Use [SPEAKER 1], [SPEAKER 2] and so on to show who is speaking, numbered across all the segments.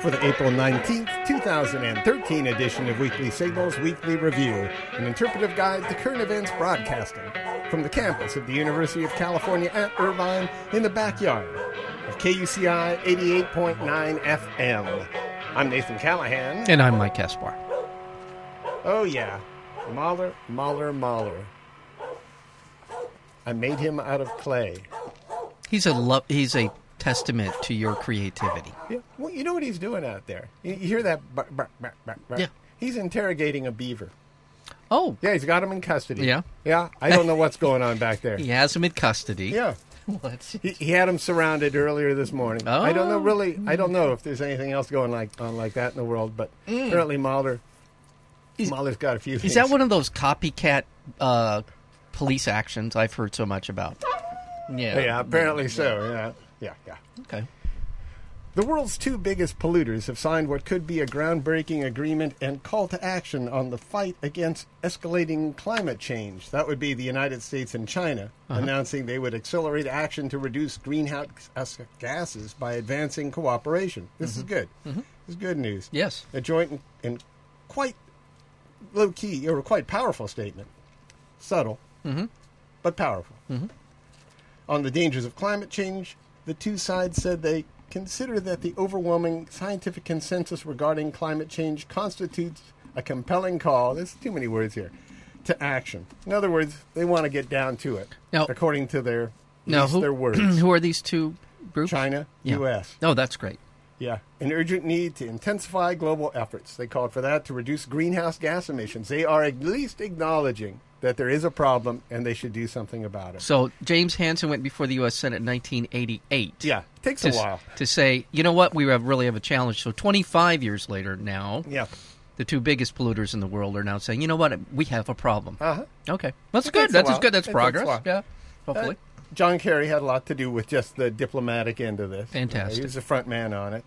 [SPEAKER 1] for the April 19th, 2013 edition of Weekly Signals Weekly Review, an interpretive guide to current events broadcasting from the campus of the University of California at Irvine in the backyard of KUCI 88.9 FM. I'm Nathan Callahan.
[SPEAKER 2] And I'm Mike Caspar.
[SPEAKER 1] Oh, yeah. Mahler, Mahler, Mahler. I made him out of clay.
[SPEAKER 2] He's a lo- he's a testament to your creativity.
[SPEAKER 1] Yeah. Well, you know what he's doing out there. You, you hear that? Bark, bark, bark, bark, bark.
[SPEAKER 2] Yeah.
[SPEAKER 1] He's interrogating a beaver.
[SPEAKER 2] Oh,
[SPEAKER 1] Yeah, he's got him in custody.
[SPEAKER 2] Yeah.
[SPEAKER 1] Yeah. I don't know what's going on back there.
[SPEAKER 2] he has him in custody.
[SPEAKER 1] Yeah.
[SPEAKER 2] Let's-
[SPEAKER 1] He, he had him surrounded earlier this morning.
[SPEAKER 2] Oh.
[SPEAKER 1] I don't know really. I don't know if there's anything else going like on like that in the world, but apparently Mahler,
[SPEAKER 2] Is-
[SPEAKER 1] Mahler's got a few.
[SPEAKER 2] Mm. Is that one of those copycat uh, police actions I've heard so much about? Yeah.
[SPEAKER 1] Yeah, apparently so. Yeah, yeah, yeah.
[SPEAKER 2] Okay.
[SPEAKER 1] The world's two biggest polluters have signed what could be a groundbreaking agreement and call to action on the fight against escalating climate change. That would be the United States and China, announcing they would accelerate action to reduce greenhouse gases by advancing cooperation. This is good. This is good news.
[SPEAKER 2] Yes.
[SPEAKER 1] A joint and, and quite low key, or quite powerful statement. Subtle,
[SPEAKER 2] Mm-hmm.
[SPEAKER 1] but powerful. On the dangers of climate change, the two sides said they consider that the overwhelming scientific consensus regarding climate change constitutes a compelling call. There's too many words here. To action. In other words, they want to get down to it,
[SPEAKER 2] Now-
[SPEAKER 1] according to their
[SPEAKER 2] Now,
[SPEAKER 1] least
[SPEAKER 2] who,
[SPEAKER 1] their words.
[SPEAKER 2] who are these two groups?
[SPEAKER 1] China,
[SPEAKER 2] Yeah.
[SPEAKER 1] U.S.
[SPEAKER 2] Oh, that's great.
[SPEAKER 1] Yeah, an urgent need to intensify global efforts. They called for that to reduce greenhouse gas emissions. They are at least acknowledging that there is a problem and they should do something about it.
[SPEAKER 2] So James Hansen went before the U.S. Senate in 1988.
[SPEAKER 1] Yeah, takes
[SPEAKER 2] To,
[SPEAKER 1] a
[SPEAKER 2] s-
[SPEAKER 1] while.
[SPEAKER 2] to say, you know what, we have really have a challenge. So 25 years later now,
[SPEAKER 1] Yeah,
[SPEAKER 2] the two biggest polluters in the world are now saying, you know what, we have a problem.
[SPEAKER 1] uh-huh.
[SPEAKER 2] Okay, that's
[SPEAKER 1] It
[SPEAKER 2] good.
[SPEAKER 1] takes a
[SPEAKER 2] That's as
[SPEAKER 1] while.
[SPEAKER 2] good. That's
[SPEAKER 1] It takes a
[SPEAKER 2] progress.
[SPEAKER 1] while.
[SPEAKER 2] Yeah, hopefully.
[SPEAKER 1] Uh, John Kerry had a lot to do with just the diplomatic end of this.
[SPEAKER 2] Fantastic.
[SPEAKER 1] he was the front man on it.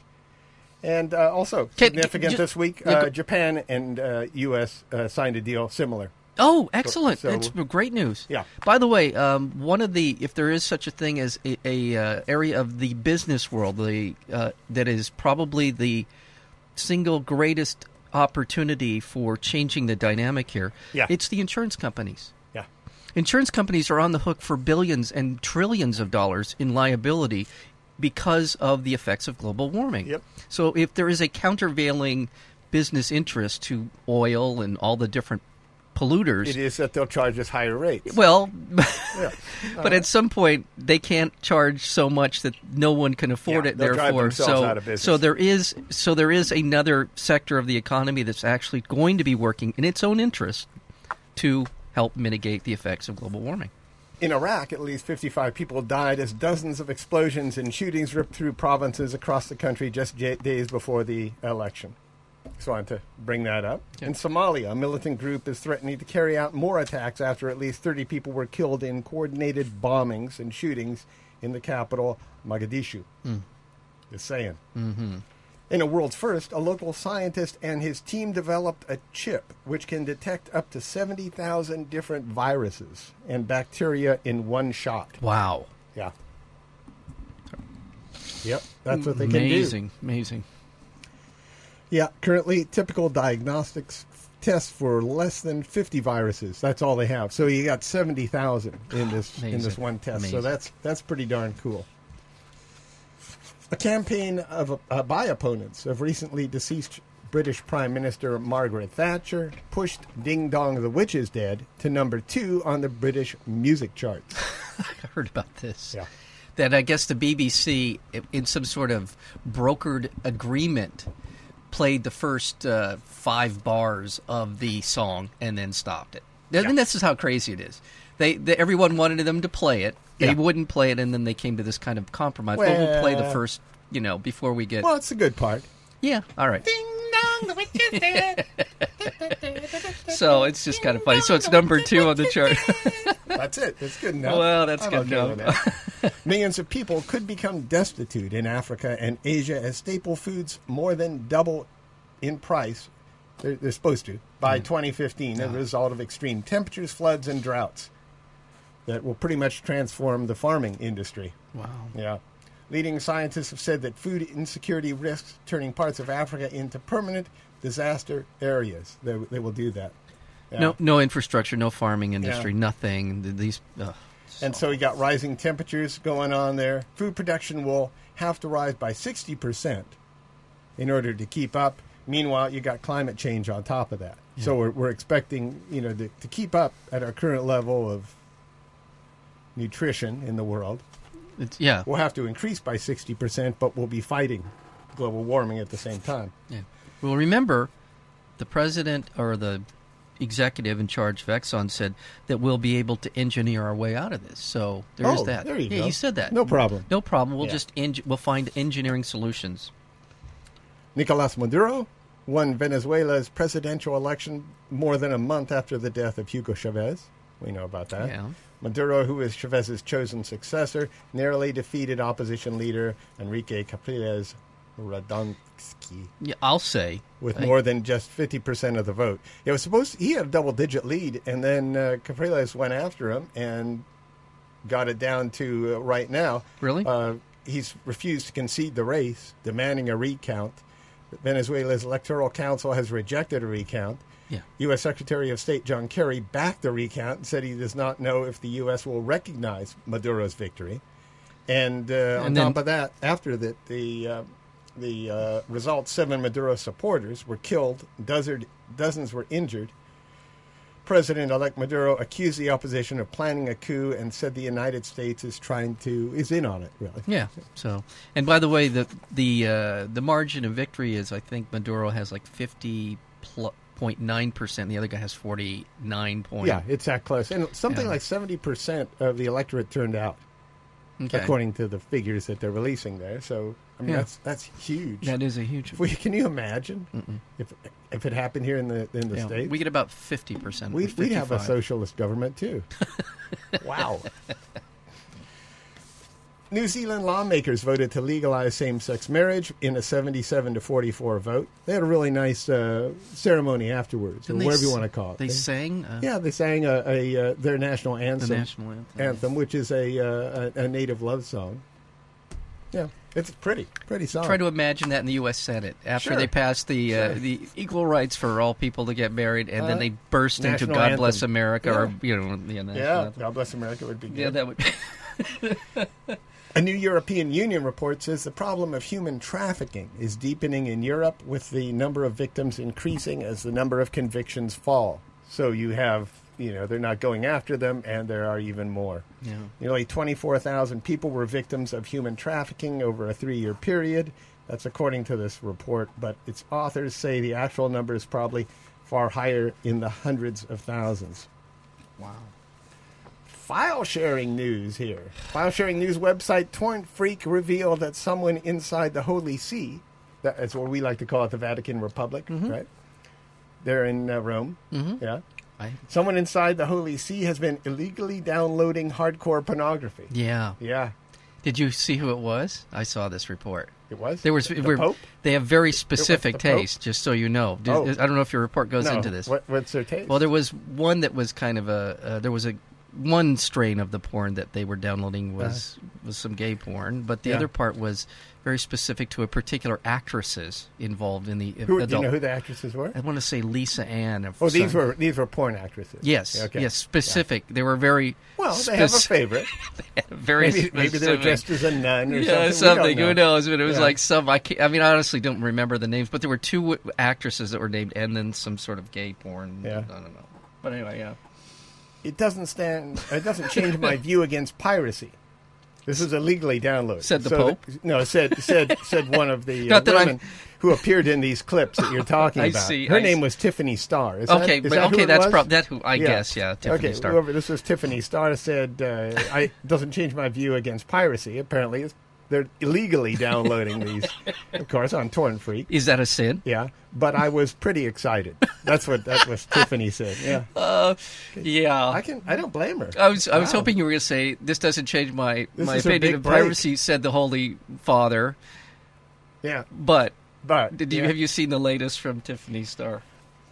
[SPEAKER 1] And uh, also
[SPEAKER 2] Can-
[SPEAKER 1] significant
[SPEAKER 2] ju-
[SPEAKER 1] this week,
[SPEAKER 2] Yeah,
[SPEAKER 1] uh,
[SPEAKER 2] go-
[SPEAKER 1] Japan and uh, U.S. Uh, signed a deal similar.
[SPEAKER 2] oh, excellent.
[SPEAKER 1] so-
[SPEAKER 2] that's great news.
[SPEAKER 1] Yeah.
[SPEAKER 2] By the way, um, one of the if there is such a thing as a, a uh, area of the business world, the uh, that is probably the single greatest opportunity for changing the dynamic here.
[SPEAKER 1] Yeah.
[SPEAKER 2] It's the insurance companies.
[SPEAKER 1] Yeah,
[SPEAKER 2] Insurance companies are on the hook for billions and trillions of dollars in liability because of the effects of global warming.
[SPEAKER 1] Yep.
[SPEAKER 2] So if there is a countervailing business interest to oil and all the different polluters,
[SPEAKER 1] it is that they'll charge us higher rates.
[SPEAKER 2] well,
[SPEAKER 1] yeah.
[SPEAKER 2] but
[SPEAKER 1] Uh,
[SPEAKER 2] at some point they can't charge so much that no one can afford
[SPEAKER 1] Yeah,
[SPEAKER 2] it.
[SPEAKER 1] they'll drive
[SPEAKER 2] Therefore,
[SPEAKER 1] themselves
[SPEAKER 2] so
[SPEAKER 1] out of business.
[SPEAKER 2] so there is so there is another sector of the economy that's actually going to be working in its own interest to help mitigate the effects of global warming.
[SPEAKER 1] In Iraq, at least 55 people died as dozens of explosions and shootings ripped through provinces across the country just j- days before the election. Just wanted to bring that up. In Somalia, a militant group is threatening to carry out more attacks after at least 30 people were killed in coordinated bombings and shootings in the capital, Mogadishu. Just saying. In a world's first, a local scientist and his team developed a chip which can detect up to 70,000 different viruses and bacteria in one shot.
[SPEAKER 2] Wow.
[SPEAKER 1] Yeah. Yep, that's what they can do.
[SPEAKER 2] amazing, amazing.
[SPEAKER 1] Yeah, currently typical diagnostics tests for less than 50 viruses. That's all they have. So you got 70,000 in this in this
[SPEAKER 2] Amazing.
[SPEAKER 1] one test. So
[SPEAKER 2] Amazing.
[SPEAKER 1] that's that's pretty darn cool. A campaign of uh, by opponents of recently deceased British Prime Minister Margaret Thatcher pushed Ding Dong the Witch is Dead to number 2 on the British music charts.
[SPEAKER 2] I heard about this.
[SPEAKER 1] Yeah.
[SPEAKER 2] That I guess the BBC, i- in some sort of brokered agreement, played the first uh, five bars of the song and then stopped it. I mean, this is how crazy it is. They, they everyone wanted them to play it. They
[SPEAKER 1] Yeah.
[SPEAKER 2] wouldn't play it, and then they came to this kind of compromise. Well, we'll play the
[SPEAKER 1] Well-
[SPEAKER 2] first, you know, before we get.
[SPEAKER 1] Well, it's a good part.
[SPEAKER 2] yeah, all right.
[SPEAKER 3] Ding dong, the witch is dead.
[SPEAKER 2] So it's just kind of funny. So it's number two on the chart.
[SPEAKER 1] That's it. That's good enough.
[SPEAKER 2] Well, that's
[SPEAKER 1] I'm
[SPEAKER 2] good
[SPEAKER 1] okay
[SPEAKER 2] enough.
[SPEAKER 1] with that. Millions of people could become destitute in Africa and Asia as staple foods more than double in price. They're, they're supposed to
[SPEAKER 2] Hmm.
[SPEAKER 1] by 2015
[SPEAKER 2] Ah.
[SPEAKER 1] as a result of extreme temperatures, floods, and droughts that will pretty much transform the farming industry.
[SPEAKER 2] wow.
[SPEAKER 1] Yeah. Leading scientists have said that food insecurity risks turning parts of Africa into permanent disaster areas. They, they will do that. Yeah.
[SPEAKER 2] No, no infrastructure, no farming industry,
[SPEAKER 1] Yeah.
[SPEAKER 2] nothing. Th- These, uh,
[SPEAKER 1] And so we got rising temperatures going on there. Food production will have to rise by 60% in order to keep up. Meanwhile, you got climate change on top of that. So we're, we're expecting, you know, to, to keep up at our current level of nutrition in the world.
[SPEAKER 2] it's, yeah,
[SPEAKER 1] We'll have to increase by 60%, but we'll be fighting global warming at the same time.
[SPEAKER 2] yeah. Well, remember, the president or the executive in charge of Exxon said that we'll be able to engineer our way out of this. So there is
[SPEAKER 1] Oh,
[SPEAKER 2] that.
[SPEAKER 1] there you
[SPEAKER 2] yeah,
[SPEAKER 1] go.
[SPEAKER 2] he said that.
[SPEAKER 1] No problem.
[SPEAKER 2] No problem. We'll
[SPEAKER 1] Yeah.
[SPEAKER 2] just eng- we'll find engineering solutions.
[SPEAKER 1] Nicolas Maduro won Venezuela's presidential election more than a month after the death of Hugo Chavez. We know about that.
[SPEAKER 2] Yeah.
[SPEAKER 1] Maduro, who is Chavez's chosen successor, narrowly defeated opposition leader Enrique Capriles Radonsky
[SPEAKER 2] Yeah, I'll say.
[SPEAKER 1] with
[SPEAKER 2] I-
[SPEAKER 1] more than just 50% of the vote. It was supposed he had a double digit lead, and then uh, Capriles went after him and got it down to uh, right now.
[SPEAKER 2] Really?
[SPEAKER 1] Uh, he's refused to concede the race, demanding a recount. Venezuela's Electoral Council has rejected a recount.
[SPEAKER 2] Yeah.
[SPEAKER 1] U.S. Secretary of State John Kerry backed the recount and said he does not know if the U.S. will recognize Maduro's victory. And, uh, on
[SPEAKER 2] then-
[SPEAKER 1] top of that, after that, the uh, the uh, results, seven Maduro supporters were killed, dozard, dozens were injured. President-elect Maduro accused the opposition of planning a coup and said the United States is trying to is in on it. Really,
[SPEAKER 2] Yeah. So, and by the way, the the uh, the margin of victory is I think Maduro has like fifty point nine percent. The other guy has forty nine point.
[SPEAKER 1] yeah, it's that close, and something
[SPEAKER 2] Yeah.
[SPEAKER 1] like seventy percent of the electorate turned out,
[SPEAKER 2] Okay.
[SPEAKER 1] according to the figures that they're releasing there. So, I mean,
[SPEAKER 2] Yeah.
[SPEAKER 1] that's that's huge.
[SPEAKER 2] That is a huge.
[SPEAKER 1] If we- can you imagine if if it happened here in the in the
[SPEAKER 2] yeah,
[SPEAKER 1] state?
[SPEAKER 2] we get about fifty percent.
[SPEAKER 1] We'd, we'd have a socialist government too. wow. New Zealand lawmakers voted to legalize same sex marriage in a 77 to 44 vote. They had a really nice uh, ceremony afterwards, or whatever you want to call it.
[SPEAKER 2] They sang. Uh,
[SPEAKER 1] yeah, they sang a, a, uh, their national
[SPEAKER 2] The
[SPEAKER 1] anthem,
[SPEAKER 2] national anthem.
[SPEAKER 1] anthem, which is a, uh, a, a native love song. Yeah, it's pretty, pretty song.
[SPEAKER 2] Try to imagine that in the U.S. Senate after
[SPEAKER 1] Sure.
[SPEAKER 2] they passed the uh,
[SPEAKER 1] Sure.
[SPEAKER 2] the equal rights for all people to get married, and
[SPEAKER 1] Uh,
[SPEAKER 2] then they burst into
[SPEAKER 1] national
[SPEAKER 2] "God
[SPEAKER 1] anthem.
[SPEAKER 2] Bless America" or
[SPEAKER 1] Yeah.
[SPEAKER 2] you know, yeah, national
[SPEAKER 1] yeah,
[SPEAKER 2] anthem.
[SPEAKER 1] God Bless America would be good.
[SPEAKER 2] yeah, that would.
[SPEAKER 1] A new European Union report says the problem of human trafficking is deepening in Europe, with the number of victims increasing as the number of convictions fall. So you have, you know, they're not going after them, and there are even more.
[SPEAKER 2] Yeah.
[SPEAKER 1] Nearly 24,000 people were victims of human trafficking over a three year period. That's according to this report, but its authors say the actual number is probably far higher in the hundreds of thousands
[SPEAKER 2] wow.
[SPEAKER 1] file sharing news here. File sharing news website Torrent Freak revealed that someone inside the Holy See, that- that's what we like to call it, the Vatican Republic, right? They're in uh, Rome. Mm-hmm. Yeah.
[SPEAKER 2] I,
[SPEAKER 1] Someone inside the Holy See has been illegally downloading hardcore pornography.
[SPEAKER 2] yeah.
[SPEAKER 1] Yeah,
[SPEAKER 2] Did you see who it was? I saw this report.
[SPEAKER 1] it was.
[SPEAKER 2] There was
[SPEAKER 1] the, the
[SPEAKER 2] we're-
[SPEAKER 1] Pope.
[SPEAKER 2] They have very specific
[SPEAKER 1] the Pope?
[SPEAKER 2] taste, just so you know. Did-
[SPEAKER 1] Oh.
[SPEAKER 2] I don't know if your report goes
[SPEAKER 1] no.
[SPEAKER 2] into this.
[SPEAKER 1] What, what's their taste?
[SPEAKER 2] Well, there was one that was kind of a. Uh, there was a one strain of the porn that they were downloading was was some gay porn, but the
[SPEAKER 1] Uh-huh. Yeah.
[SPEAKER 2] other part was very specific to a particular actresses involved in the
[SPEAKER 1] who,
[SPEAKER 2] adult.
[SPEAKER 1] do you know who the actresses were?
[SPEAKER 2] I want to say Lisa Ann. of
[SPEAKER 1] Oh, these
[SPEAKER 2] some-
[SPEAKER 1] were these were porn actresses.
[SPEAKER 2] yes,
[SPEAKER 1] Okay.
[SPEAKER 2] yes, specific. They were very
[SPEAKER 1] Well, they have a
[SPEAKER 2] spec-
[SPEAKER 1] favorite.
[SPEAKER 2] very
[SPEAKER 1] Maybe, maybe they were
[SPEAKER 2] specific.
[SPEAKER 1] dressed as a nun or
[SPEAKER 2] Yeah,
[SPEAKER 1] something. We
[SPEAKER 2] something.
[SPEAKER 1] don't know.
[SPEAKER 2] Who knows? But it was
[SPEAKER 1] Yeah.
[SPEAKER 2] like some. I, can't, I mean, I honestly don't remember the names, but there were two w- actresses that were named, and then some sort of gay porn.
[SPEAKER 1] Yeah.
[SPEAKER 2] I don't know. But anyway, yeah.
[SPEAKER 1] it doesn't stand it doesn't change my view against piracy this is illegally downloaded
[SPEAKER 2] Said the Pope?
[SPEAKER 1] no said said said one of the uh,
[SPEAKER 2] Not that I-
[SPEAKER 1] women who appeared in these clips that you're talking
[SPEAKER 2] I
[SPEAKER 1] about
[SPEAKER 2] see,
[SPEAKER 1] her
[SPEAKER 2] I
[SPEAKER 1] name
[SPEAKER 2] see.
[SPEAKER 1] was tiffany starr is
[SPEAKER 2] Okay,
[SPEAKER 1] that, is
[SPEAKER 2] but
[SPEAKER 1] that who
[SPEAKER 2] okay,
[SPEAKER 1] it
[SPEAKER 2] that's
[SPEAKER 1] was?
[SPEAKER 2] prob- that who I guess, yeah, Tiffany
[SPEAKER 1] okay,
[SPEAKER 2] Starr.
[SPEAKER 1] Whoever, this is Tiffany Starr said, uh, "I doesn't change my view against piracy." Apparently, it's, they're illegally downloading these, of course, on Torrent Freak.
[SPEAKER 2] Is that a sin?
[SPEAKER 1] Yeah, but I was pretty excited. That's what that was. Tiffany said. Yeah,
[SPEAKER 2] Uh, yeah.
[SPEAKER 1] I
[SPEAKER 2] I,
[SPEAKER 1] can. I don't blame her.
[SPEAKER 2] was I was
[SPEAKER 1] Wow.
[SPEAKER 2] hoping you were going to say this doesn't change my
[SPEAKER 1] This
[SPEAKER 2] my
[SPEAKER 1] is a big
[SPEAKER 2] opinion of
[SPEAKER 1] break.
[SPEAKER 2] privacy," said the Holy Father.
[SPEAKER 1] Yeah,
[SPEAKER 2] But
[SPEAKER 1] but
[SPEAKER 2] did you
[SPEAKER 1] yeah.
[SPEAKER 2] have you seen the latest from Tiffany Starr?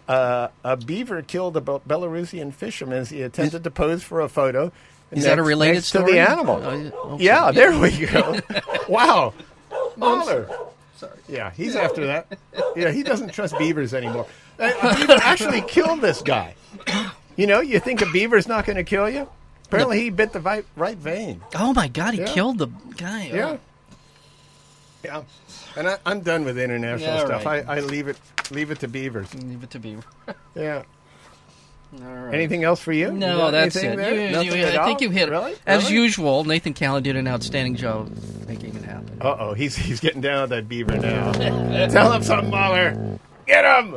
[SPEAKER 1] uh, a beaver killed a Bel- Belarusian fisherman as he attempted to pose for a photo.
[SPEAKER 2] Is that a related
[SPEAKER 1] next
[SPEAKER 2] story?
[SPEAKER 1] to the animal?
[SPEAKER 2] Oh, yeah. Okay.
[SPEAKER 1] yeah, there we go. Wow. Mahler.
[SPEAKER 2] Sorry.
[SPEAKER 1] Yeah, he's after that. Yeah, he doesn't trust beavers anymore. A, a beaver actually killed this guy. You know, you think a beaver's not going to kill you? Apparently, he bit the vi- right vein.
[SPEAKER 2] Oh my God, he
[SPEAKER 1] Yeah.
[SPEAKER 2] killed the guy. Oh.
[SPEAKER 1] Yeah. Yeah. And I, I'm done with international
[SPEAKER 2] Yeah, all
[SPEAKER 1] stuff.
[SPEAKER 2] right.
[SPEAKER 1] I, I leave it leave it to beavers.
[SPEAKER 2] Leave it to be. All
[SPEAKER 1] Yeah.
[SPEAKER 2] right.
[SPEAKER 1] Anything else for you? You
[SPEAKER 2] No,
[SPEAKER 1] got
[SPEAKER 2] that's
[SPEAKER 1] anything
[SPEAKER 2] it.
[SPEAKER 1] there?
[SPEAKER 2] You-
[SPEAKER 1] Nothing
[SPEAKER 2] you-
[SPEAKER 1] at
[SPEAKER 2] I
[SPEAKER 1] all?
[SPEAKER 2] think you hit it.
[SPEAKER 1] Really?
[SPEAKER 2] As
[SPEAKER 1] Really?
[SPEAKER 2] usual, Nathan Callan did an outstanding job of making it happen.
[SPEAKER 1] Uh oh, he's he's getting down on that beaver now. Tell him something, Mahler. Get him!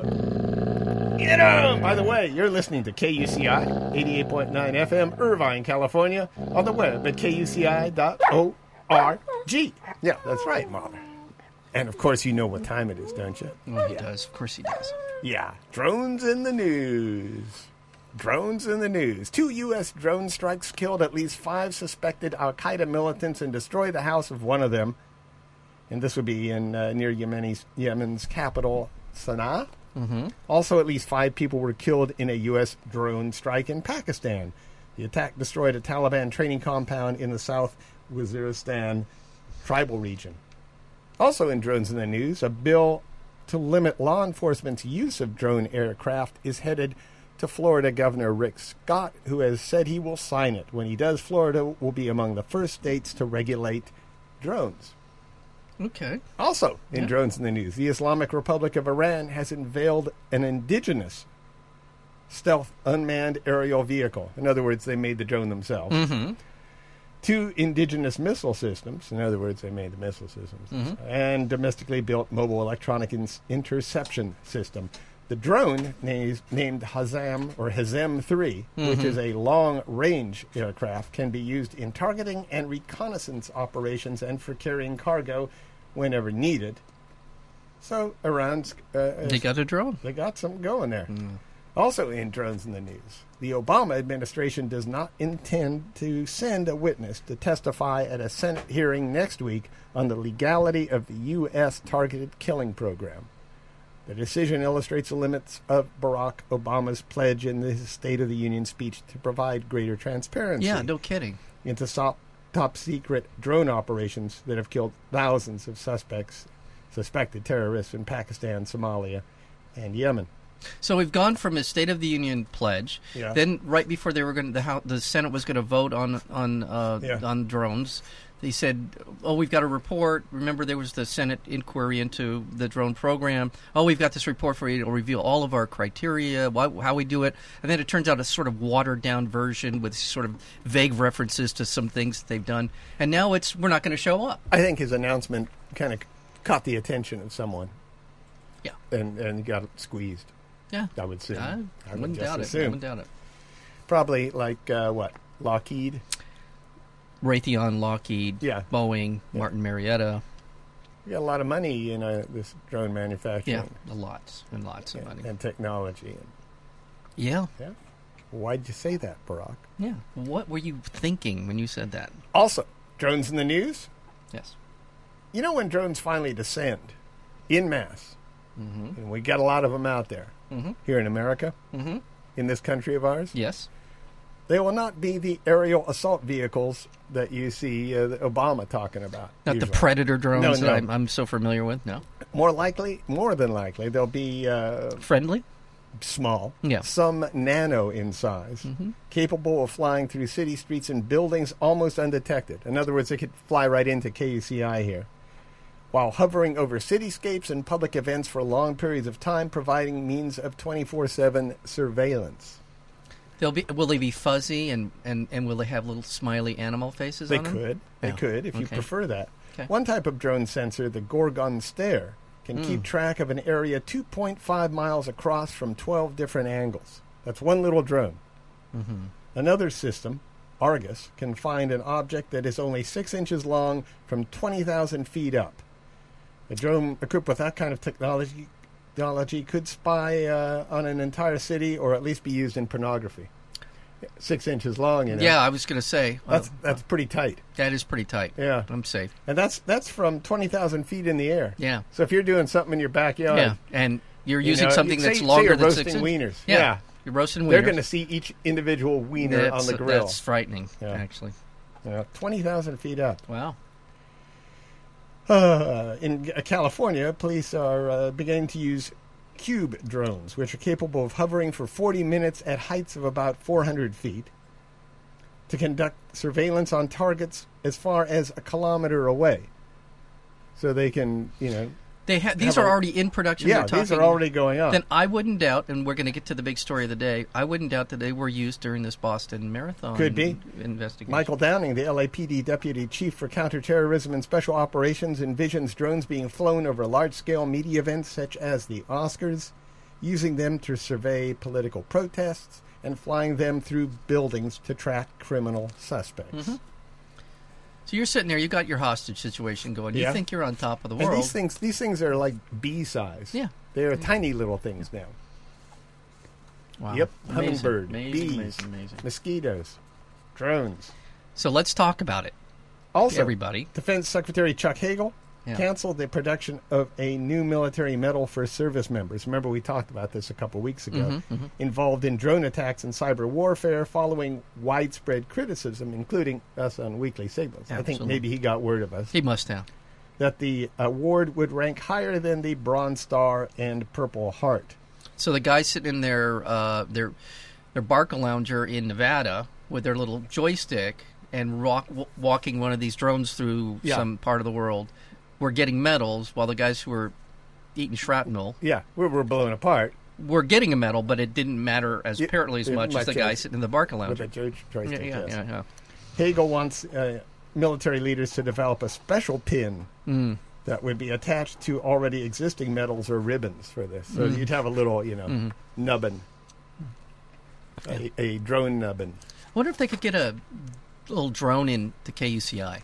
[SPEAKER 1] Get him! By the way, you're listening to KUCI 88.9 FM, Irvine, California, on the web at kuci.org. Yeah, that's right, Mahler. And of course, you know what time it is, don't you?
[SPEAKER 2] Well, he does. Of course, he does.
[SPEAKER 1] Yeah, drones in the news. Drones in the news. Two U.S. drone strikes killed at least five suspected Al Qaeda militants and destroy the house of one of them. And this would be in uh, near Yemeni's, Yemen's capital, Sana'a. Mm-hmm. Also, at least five people were killed in a U.S. drone strike in Pakistan. The attack destroyed a Taliban training compound in the South Waziristan tribal region. Also in drones in the news, a bill to limit law enforcement's use of drone aircraft is headed to Florida Governor Rick Scott, who has said he will sign it. When he does, Florida will be among the first states to regulate drones.
[SPEAKER 2] Okay.
[SPEAKER 1] Also in drones in the news, the Islamic Republic of Iran has unveiled an indigenous stealth unmanned aerial vehicle. In other words, they made the drone themselves. Two indigenous missile systems. In other words, they made the missile systems. And domestically built mobile electronic in- interception system. The drone named, named Hazam or Hazem 3, which is a long range aircraft, can be used in targeting and reconnaissance operations and for carrying cargo whenever needed. So Iran's uh, is-
[SPEAKER 2] They got a drone.
[SPEAKER 1] they got something going there. Also, in drones in the news, the Obama administration does not intend to send a witness to testify at a Senate hearing next week on the legality of the U.S. targeted killing program. The decision illustrates the limits of Barack Obama's pledge in his State of the Union speech to provide greater transparency
[SPEAKER 2] Yeah, no kidding.
[SPEAKER 1] into top, top secret drone operations that have killed thousands of suspects, suspected terrorists in Pakistan, Somalia, and Yemen.
[SPEAKER 2] So we've gone from a State of the Union pledge.
[SPEAKER 1] Yeah.
[SPEAKER 2] Then right before they were going, to the House, the Senate was going to vote on on uh,
[SPEAKER 1] Yeah.
[SPEAKER 2] on drones. They said, "Oh, we've got a report. Remember, there was the Senate inquiry into the drone program. Oh, we've got this report for you. It'll reveal all of our criteria, why, how we do it." And then it turns out a sort of watered down version with sort of vague references to some things that they've done. And now it's we're not going to show up.
[SPEAKER 1] I think his announcement kind of caught the attention of someone
[SPEAKER 2] Yeah,
[SPEAKER 1] and, and got squeezed,
[SPEAKER 2] yeah.
[SPEAKER 1] I would assume.
[SPEAKER 2] I,
[SPEAKER 1] I would
[SPEAKER 2] wouldn't
[SPEAKER 1] just
[SPEAKER 2] doubt it. I
[SPEAKER 1] assume.
[SPEAKER 2] wouldn't doubt it.
[SPEAKER 1] Probably like, uh, what, Lockheed?
[SPEAKER 2] Raytheon, Lockheed,
[SPEAKER 1] Yeah.
[SPEAKER 2] Boeing, Martin Marietta.
[SPEAKER 1] We got a lot of money, you know, this drone
[SPEAKER 2] Yeah,
[SPEAKER 1] manufacturing
[SPEAKER 2] a lots and lots of money.
[SPEAKER 1] and, and technology.
[SPEAKER 2] Yeah,
[SPEAKER 1] Yeah. Why'd you say that, Barack?
[SPEAKER 2] yeah. What were you thinking when you said that?
[SPEAKER 1] Also, drones in the news?
[SPEAKER 2] Yes.
[SPEAKER 1] you know when drones finally descend in mass,
[SPEAKER 2] Mm-hmm.
[SPEAKER 1] and we got a lot of them out there here in America,
[SPEAKER 2] Mm-hmm.
[SPEAKER 1] in this country of ours,
[SPEAKER 2] Yes.
[SPEAKER 1] they will not be the aerial assault vehicles that you see uh, that Obama talking about.
[SPEAKER 2] Not
[SPEAKER 1] usually.
[SPEAKER 2] the predator drones
[SPEAKER 1] No,
[SPEAKER 2] that
[SPEAKER 1] no.
[SPEAKER 2] I'm, I'm so familiar with. No.
[SPEAKER 1] more likely, more than likely, they'll be uh,
[SPEAKER 2] Friendly.
[SPEAKER 1] small,
[SPEAKER 2] Yeah. Mm-hmm.
[SPEAKER 1] some nano in size, capable of flying through city streets and buildings almost undetected. In other words, they could fly right into KUCI here. While hovering over cityscapes and public events for long periods of time, providing means of 24 7 surveillance.
[SPEAKER 2] They'll be. Will they be fuzzy and and and will they have little smiley animal faces?
[SPEAKER 1] They
[SPEAKER 2] on them?
[SPEAKER 1] could. They
[SPEAKER 2] Yeah.
[SPEAKER 1] could, if you
[SPEAKER 2] Okay.
[SPEAKER 1] prefer that.
[SPEAKER 2] Okay.
[SPEAKER 1] One type of drone sensor, the Gorgon Stare, can
[SPEAKER 2] Mm.
[SPEAKER 1] keep track of an area 2.5 miles across from 12 different angles. That's one little drone.
[SPEAKER 2] Mm-hmm.
[SPEAKER 1] Another system, Argus, can find an object that is only six inches long from 20,000 feet up. A drone equipped with that kind of technology, technology could spy uh, on an entire city or at least be used in pornography. Six inches long, you know.
[SPEAKER 2] Yeah, I was going to say well,
[SPEAKER 1] That's, that's pretty tight.
[SPEAKER 2] that is pretty tight.
[SPEAKER 1] Yeah.
[SPEAKER 2] I'm safe.
[SPEAKER 1] And that's that's from twenty thousand feet in the air.
[SPEAKER 2] Yeah.
[SPEAKER 1] So if you're doing something in your backyard,
[SPEAKER 2] Yeah, and you're
[SPEAKER 1] You
[SPEAKER 2] using
[SPEAKER 1] know,
[SPEAKER 2] something
[SPEAKER 1] say-
[SPEAKER 2] that's
[SPEAKER 1] say
[SPEAKER 2] longer
[SPEAKER 1] you're
[SPEAKER 2] than six
[SPEAKER 1] roasting
[SPEAKER 2] inches.
[SPEAKER 1] wieners.
[SPEAKER 2] Yeah.
[SPEAKER 1] Yeah.
[SPEAKER 2] you're roasting wieners.
[SPEAKER 1] they're going to see each individual wiener
[SPEAKER 2] that's,
[SPEAKER 1] on the grill.
[SPEAKER 2] That's frightening,
[SPEAKER 1] Yeah.
[SPEAKER 2] actually.
[SPEAKER 1] You know, twenty thousand feet up.
[SPEAKER 2] Wow.
[SPEAKER 1] Uh, in uh, California, police are uh, beginning to use cube drones, which are capable of hovering for 40 minutes at heights of about 400 feet, to conduct surveillance on targets as far as a kilometer away. So they can, you know,
[SPEAKER 2] They ha- these
[SPEAKER 1] Have
[SPEAKER 2] are
[SPEAKER 1] a-
[SPEAKER 2] already in production.
[SPEAKER 1] yeah,
[SPEAKER 2] They're
[SPEAKER 1] these are
[SPEAKER 2] talking-
[SPEAKER 1] already going on.
[SPEAKER 2] Then I wouldn't doubt, and we're going to get to the big story of the day. I wouldn't doubt that they were used during this Boston Marathon
[SPEAKER 1] Could be.
[SPEAKER 2] investigation.
[SPEAKER 1] Michael Downing, the LAPD deputy chief for counterterrorism and special operations, envisions drones being flown over large scale media events such as the Oscars, using them to survey political protests, and flying them through buildings to track criminal suspects.
[SPEAKER 2] Mm-hmm. so you're sitting there, you got your hostage situation going. You
[SPEAKER 1] Yeah.
[SPEAKER 2] think you're on top of the
[SPEAKER 1] And
[SPEAKER 2] world.
[SPEAKER 1] these things, these things are like bee size.
[SPEAKER 2] Yeah.
[SPEAKER 1] they are tiny little things now.
[SPEAKER 2] Wow.
[SPEAKER 1] Yep,
[SPEAKER 4] Amazing,
[SPEAKER 1] hummingbird,
[SPEAKER 4] amazing,
[SPEAKER 1] bees,
[SPEAKER 4] amazing, amazing.
[SPEAKER 1] mosquitoes, drones.
[SPEAKER 2] So let's talk about it,
[SPEAKER 1] Also,
[SPEAKER 2] everybody.
[SPEAKER 1] Defense Secretary Chuck Hagel
[SPEAKER 2] Yeah.
[SPEAKER 1] canceled the production of a new military medal for service members. Remember, we talked about this a couple weeks ago,
[SPEAKER 2] Mm-hmm,
[SPEAKER 1] involved in drone attacks and cyber warfare following widespread criticism, including us on Weekly Signals. I think
[SPEAKER 2] Absolutely.
[SPEAKER 1] maybe he got word of us
[SPEAKER 2] He must have.
[SPEAKER 1] that the award would rank higher than the Bronze Star and Purple Heart.
[SPEAKER 2] So the guys sitting in their uh, their their barca lounger in Nevada with their little joystick and rock, w- walking one of these drones through
[SPEAKER 1] Yeah.
[SPEAKER 2] some part of the world were getting medals, while the guys who were eating shrapnel
[SPEAKER 1] Yeah, we were blown apart
[SPEAKER 2] were getting a medal, but it didn't matter as
[SPEAKER 1] Yeah,
[SPEAKER 2] apparently as
[SPEAKER 1] it
[SPEAKER 2] much as
[SPEAKER 1] might
[SPEAKER 2] the guy
[SPEAKER 1] change.
[SPEAKER 2] sitting in the barca
[SPEAKER 1] with
[SPEAKER 2] lounger.
[SPEAKER 1] the George Joystick.
[SPEAKER 2] Yeah, yeah,
[SPEAKER 1] yes.
[SPEAKER 2] yeah, yeah.
[SPEAKER 1] Hagel wants uh, military leaders to develop a special pin
[SPEAKER 2] Mm.
[SPEAKER 1] that would be attached to already existing medals or ribbons for this. So
[SPEAKER 2] Mm.
[SPEAKER 1] you'd have a little, you know,
[SPEAKER 2] Mm-hmm.
[SPEAKER 1] nubbin, a, a drone nubbin.
[SPEAKER 2] I wonder if they could get a little drone in the KUCI,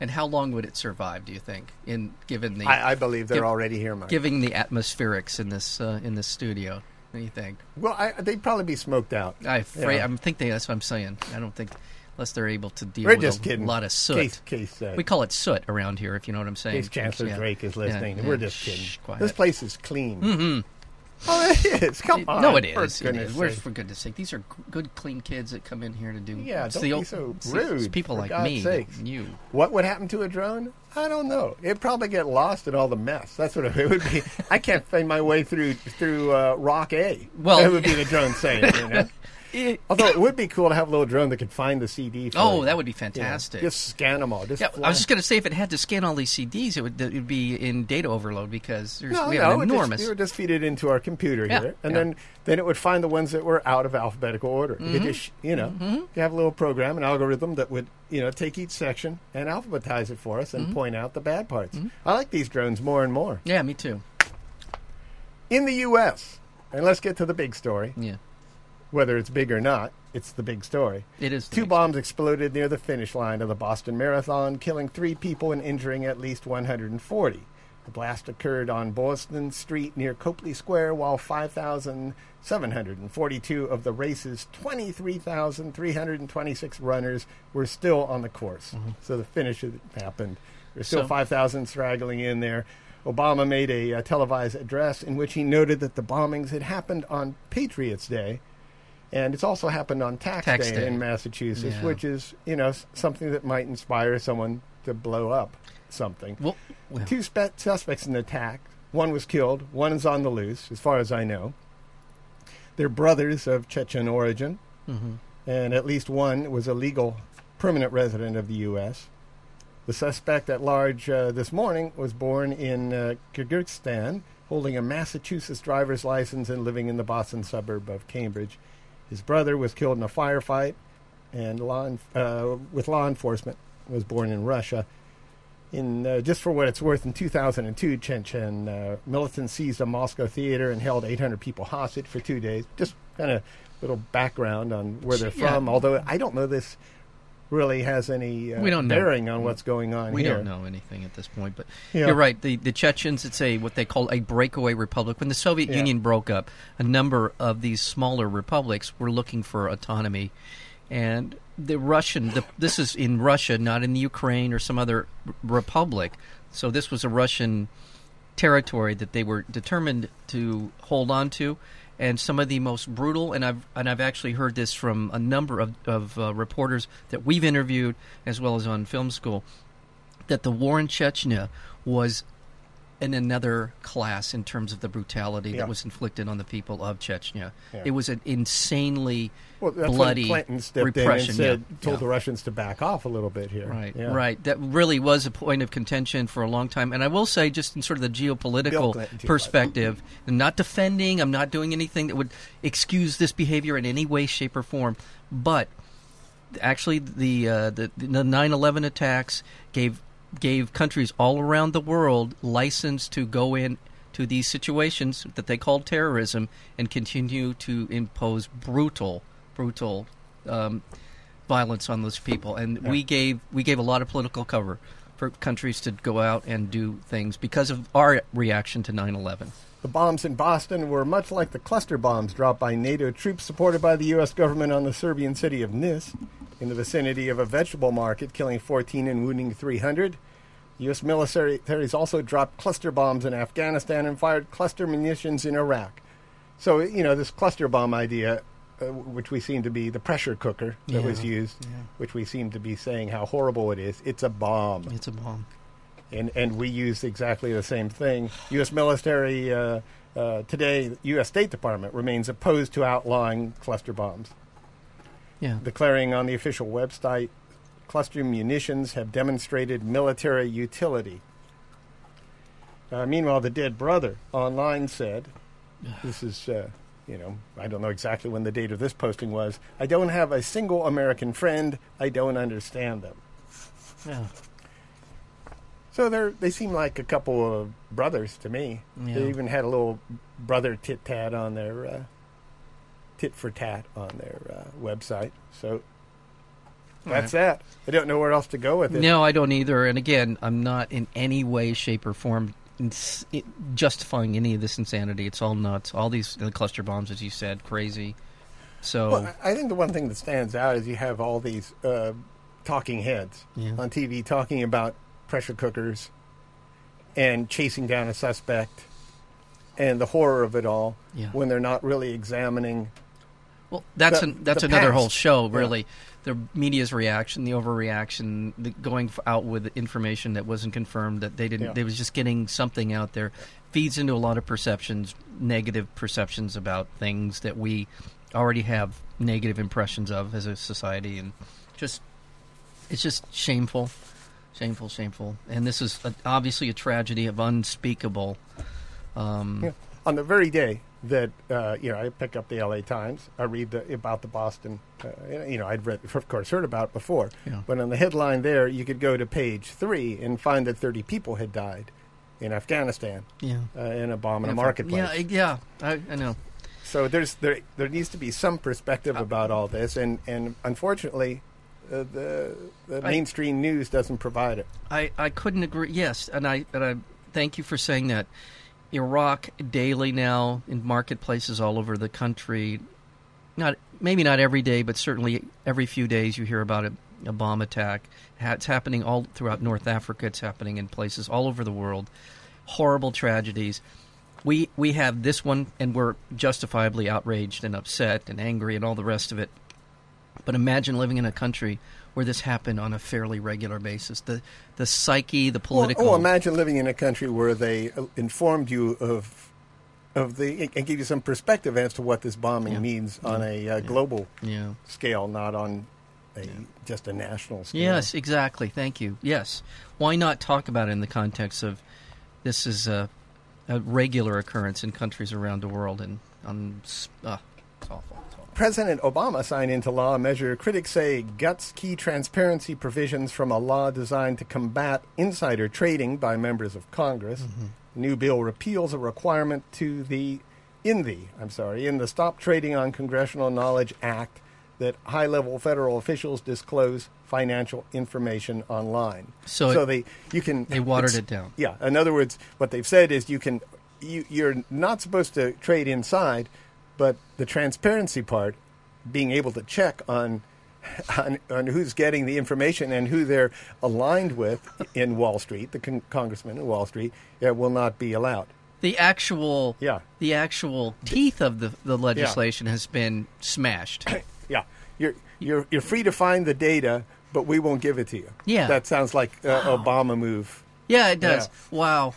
[SPEAKER 2] and how long would it survive? Do you think, in given the
[SPEAKER 1] I, I believe they're
[SPEAKER 2] Give-
[SPEAKER 1] already here, Mike.
[SPEAKER 2] giving the atmospherics in this uh, in this studio? What do you think?
[SPEAKER 1] well, I, they'd probably be smoked out.
[SPEAKER 2] I afraid,
[SPEAKER 1] Yeah.
[SPEAKER 2] I'm thinking that's what I'm saying. I don't think unless they're able to deal
[SPEAKER 1] We're
[SPEAKER 2] with
[SPEAKER 1] just
[SPEAKER 2] a
[SPEAKER 1] kidding.
[SPEAKER 2] lot of soot.
[SPEAKER 1] Case, case, uh,
[SPEAKER 2] we call it soot around here, if you know what I'm saying.
[SPEAKER 1] case Chancellor
[SPEAKER 2] Yeah.
[SPEAKER 1] Drake is
[SPEAKER 2] Yeah,
[SPEAKER 1] listening.
[SPEAKER 2] yeah.
[SPEAKER 1] We're just
[SPEAKER 2] Shh,
[SPEAKER 1] kidding.
[SPEAKER 2] quiet.
[SPEAKER 1] This place is clean. Mm-hmm. Oh, it is. Come on.
[SPEAKER 2] no, it
[SPEAKER 1] for
[SPEAKER 2] is. It
[SPEAKER 1] goodness
[SPEAKER 2] is. We're,
[SPEAKER 1] sake.
[SPEAKER 2] for goodness sake, these are g- good, clean kids that come in here to do.
[SPEAKER 1] Yeah,
[SPEAKER 2] it's
[SPEAKER 1] don't
[SPEAKER 2] the
[SPEAKER 1] be
[SPEAKER 2] old-
[SPEAKER 1] so
[SPEAKER 2] it's the- it's
[SPEAKER 1] rude,
[SPEAKER 2] people
[SPEAKER 1] for
[SPEAKER 2] like
[SPEAKER 1] God's
[SPEAKER 2] me, that-
[SPEAKER 1] sakes.
[SPEAKER 2] you.
[SPEAKER 1] What would happen to a drone? I don't know. It'd probably get lost in all the mess. That's what it would be. I can't find my way through through uh, Rock A.
[SPEAKER 2] Well-
[SPEAKER 1] that would be the drone saying. You know? Although it would be cool to have a little drone that could find the CD. For
[SPEAKER 2] Oh,
[SPEAKER 1] you.
[SPEAKER 2] that would be
[SPEAKER 1] You know,
[SPEAKER 2] fantastic.
[SPEAKER 1] just scan them all. Just
[SPEAKER 2] Yeah, I
[SPEAKER 1] fly-
[SPEAKER 2] was just going to say if it had to scan all these CDs, it would it would be in data overload because there's,
[SPEAKER 1] No,
[SPEAKER 2] we
[SPEAKER 1] no,
[SPEAKER 2] have
[SPEAKER 1] it
[SPEAKER 2] an
[SPEAKER 1] would
[SPEAKER 2] enormous.
[SPEAKER 1] Just, it would just feed it into our computer
[SPEAKER 2] Yeah,
[SPEAKER 1] here, and
[SPEAKER 2] yeah.
[SPEAKER 1] then then it would find the ones that were out of alphabetical order. You
[SPEAKER 2] Mm-hmm.
[SPEAKER 1] could just you know you have a little program, an algorithm that would you know take each section and alphabetize it for us and
[SPEAKER 2] Mm-hmm.
[SPEAKER 1] point out the bad parts. I like these drones more and more.
[SPEAKER 2] yeah, me too.
[SPEAKER 1] in the U.S. And let's get to the big story.
[SPEAKER 2] Yeah,
[SPEAKER 1] Whether it's big or not, it's the big story.
[SPEAKER 2] it is. the
[SPEAKER 1] Two
[SPEAKER 2] next-
[SPEAKER 1] bombs exploded near the finish line of the Boston Marathon, killing three people and injuring at least 140. The blast occurred on Boston Street near Copley Square, while 5,742 of the race's 23,326 runners were still on the course. So the finish had happened. There's still
[SPEAKER 2] Mm-hmm. So-
[SPEAKER 1] 5,000 straggling in there. Obama made a uh, televised address in which he noted that the bombings had happened on Patriots Day, and it's also happened on Tax,
[SPEAKER 2] Tax
[SPEAKER 1] Day,
[SPEAKER 2] Day.
[SPEAKER 1] in Massachusetts,
[SPEAKER 2] Yeah.
[SPEAKER 1] which is you know s- something that might inspire someone to blow up something.
[SPEAKER 2] Well, well,
[SPEAKER 1] Two spe- suspects in the attack. One was killed. One is on the loose, as far as I know. They're brothers of Chechen origin,
[SPEAKER 2] mm-hmm.
[SPEAKER 1] and at least one was a legal permanent resident of the U.S. The suspect at large uh, this morning was born in uh, Kyrgyzstan, holding a Massachusetts driver's license and living in the Boston suburb of Cambridge. His brother was killed in a firefight, and law en- uh, with law enforcement was born in Russia. In uh, just for what it's worth, in 2002, Chechen uh, militants seized a Moscow theater and held 800 people hostage for two days. Just kind of little background on where they're
[SPEAKER 2] Yeah.
[SPEAKER 1] from. Although I don't know this really has any uh,
[SPEAKER 2] We don't know.
[SPEAKER 1] bearing on what's going on
[SPEAKER 2] we
[SPEAKER 1] here.
[SPEAKER 2] don't know anything at this point, but
[SPEAKER 1] Yeah.
[SPEAKER 2] you're right. The the Chechens, it's a what they call a breakaway republic. When the Soviet
[SPEAKER 1] Yeah.
[SPEAKER 2] Union broke up, a number of these smaller republics were looking for autonomy, and the Russian. The, this is in Russia, not in the Ukraine or some other r- republic. So this was a Russian territory that they were determined to hold on to. And some of the most brutal, and I've and I've actually heard this from a number of, of uh, reporters that we've interviewed, as well as on film school, that the war in Chechnya was in another class in terms of the brutality
[SPEAKER 1] Yeah.
[SPEAKER 2] that was inflicted on the people of Chechnya.
[SPEAKER 1] Yeah.
[SPEAKER 2] It was an insanely
[SPEAKER 1] Well, that's
[SPEAKER 2] bloody
[SPEAKER 1] when Clinton stepped
[SPEAKER 2] repression.
[SPEAKER 1] in and said,
[SPEAKER 2] yeah.
[SPEAKER 1] told
[SPEAKER 2] Yeah.
[SPEAKER 1] the Russians to back off a little bit here.
[SPEAKER 2] Right,
[SPEAKER 1] Yeah.
[SPEAKER 2] right. That really was a point of contention for a long time. And I will say, just in sort of the
[SPEAKER 1] Bill
[SPEAKER 2] geopolitical
[SPEAKER 1] Clinton, too,
[SPEAKER 2] perspective, I'm not defending, I'm not doing anything that would excuse this behavior in any way, shape, or form. But actually, the uh, the the 11 attacks gave gave countries all around the world license to go in to these situations that they called terrorism and continue to impose brutal, brutal. Um, violence on those people, and we gave we gave a lot of political cover for countries to go out and do things because of our reaction to 9/11.
[SPEAKER 1] The bombs in Boston were much like the cluster bombs dropped by NATO troops supported by the U.S. government on the Serbian city of Nis, in the vicinity of a vegetable market, killing 14 and wounding 300. U.S. militaries also dropped cluster bombs in Afghanistan and fired cluster munitions in Iraq. So, you know, this cluster bomb idea, uh, which we seem to be the pressure cooker that
[SPEAKER 2] Yeah.
[SPEAKER 1] was used, which we seem to be saying how horrible it is, it's a bomb
[SPEAKER 2] It's a bomb.
[SPEAKER 1] and and we used exactly the same thing. U.S. military uh, uh, today, U.S. State Department remains opposed to outlawing cluster bombs,
[SPEAKER 2] Yeah,
[SPEAKER 1] declaring on the official website, cluster munitions have demonstrated military utility. Uh, meanwhile, the dead brother online said, "This is." Uh, you know, I don't know exactly when the date of this posting was. I don't have a single American friend. I don't understand them.
[SPEAKER 2] yeah.
[SPEAKER 1] So they are they seem like a couple of brothers to me.
[SPEAKER 2] Yeah.
[SPEAKER 1] They even had a little brother tit tat on their uh, tit for tat on their uh, website. So that's that. I don't know where else to go with it.
[SPEAKER 2] No, I don't either. And again, I'm not in any way, shape, or form ins- it- justifying any of this insanity. It's all nuts. All these the cluster bombs, as you said, crazy. So
[SPEAKER 1] Well, I I think the one thing that stands out is you have all these uh, talking heads
[SPEAKER 2] Yeah.
[SPEAKER 1] on TV talking about pressure cookers and chasing down a suspect and the horror of it all
[SPEAKER 2] Yeah.
[SPEAKER 1] when they're not really examining
[SPEAKER 2] Well, that's
[SPEAKER 1] The-
[SPEAKER 2] an, that's
[SPEAKER 1] the
[SPEAKER 2] another
[SPEAKER 1] past.
[SPEAKER 2] whole show,
[SPEAKER 1] Yeah.
[SPEAKER 2] really. The media's reaction, the overreaction, the going f- out with information that wasn't confirmed, that they didn't,
[SPEAKER 1] Yeah.
[SPEAKER 2] they was just getting something out there, feeds into a lot of perceptions, negative perceptions about things that we already have negative impressions of as a society, and just it's just shameful, shameful, shameful. And this is a, obviously a tragedy of unspeakable. Um,
[SPEAKER 1] Yeah. On the very day that uh, you know, I pick up the L.A. Times. I read the, about the Boston. Uh, you know, I'd read, of course, heard about it before.
[SPEAKER 2] Yeah.
[SPEAKER 1] But on the headline there, you could go to page three and find that 30 people had died in Afghanistan
[SPEAKER 2] yeah.
[SPEAKER 1] uh, in a bomb in a marketplace.
[SPEAKER 2] Yeah, yeah, I, I know.
[SPEAKER 1] So there's there there needs to be some perspective
[SPEAKER 2] Uh,
[SPEAKER 1] about all this, and and unfortunately, uh, the the
[SPEAKER 2] I-
[SPEAKER 1] mainstream news doesn't provide it.
[SPEAKER 2] I, I couldn't agree. Yes, and I and I thank you for saying that. Iraq daily now in marketplaces all over the country. Not maybe not every day, but certainly every few days you hear about a, a bomb attack. Ha- It's happening all throughout North Africa. It's happening in places all over the world. Horrible tragedies. We we have this one, and we're justifiably outraged and upset and angry and all the rest of it. But imagine living in a country where this happened on a fairly regular basis. The the psyche, the political.
[SPEAKER 1] Well, oh, imagine living in a country where they uh, informed you of of the and gave you some perspective as to what this bombing
[SPEAKER 2] Yeah.
[SPEAKER 1] means on a uh, global
[SPEAKER 2] yeah.
[SPEAKER 1] scale, not on a just a national scale.
[SPEAKER 2] Yes, exactly. Thank you. Yes. Why not talk about it in the context of this is a, a regular occurrence in countries around the world and on uh, it's awful. It's awful.
[SPEAKER 1] President Obama signed into law a measure critics say guts key transparency provisions from a law designed to combat insider trading by members of Congress.
[SPEAKER 2] Mm-hmm.
[SPEAKER 1] New bill repeals a requirement to the in the I'm sorry in the Stop Trading on Congressional Knowledge Act that high-level federal officials disclose financial information online.
[SPEAKER 2] So it-
[SPEAKER 1] they you can
[SPEAKER 2] They watered
[SPEAKER 1] it's-
[SPEAKER 2] it down.
[SPEAKER 1] yeah. In other words, what they've said is you can you, you're not supposed to trade inside, but the transparency part, being able to check on on, on who's getting the information and who they're aligned with in Wall Street, the con- congressman in Wall Street, it will not be allowed.
[SPEAKER 2] The actual
[SPEAKER 1] Yeah.
[SPEAKER 2] the actual teeth of the, the legislation has been smashed.
[SPEAKER 1] Yeah, you're you're you're free to find the data, but we won't give it to you.
[SPEAKER 2] Yeah.
[SPEAKER 1] that sounds like a Obama move.
[SPEAKER 2] Yeah, it does. Wow.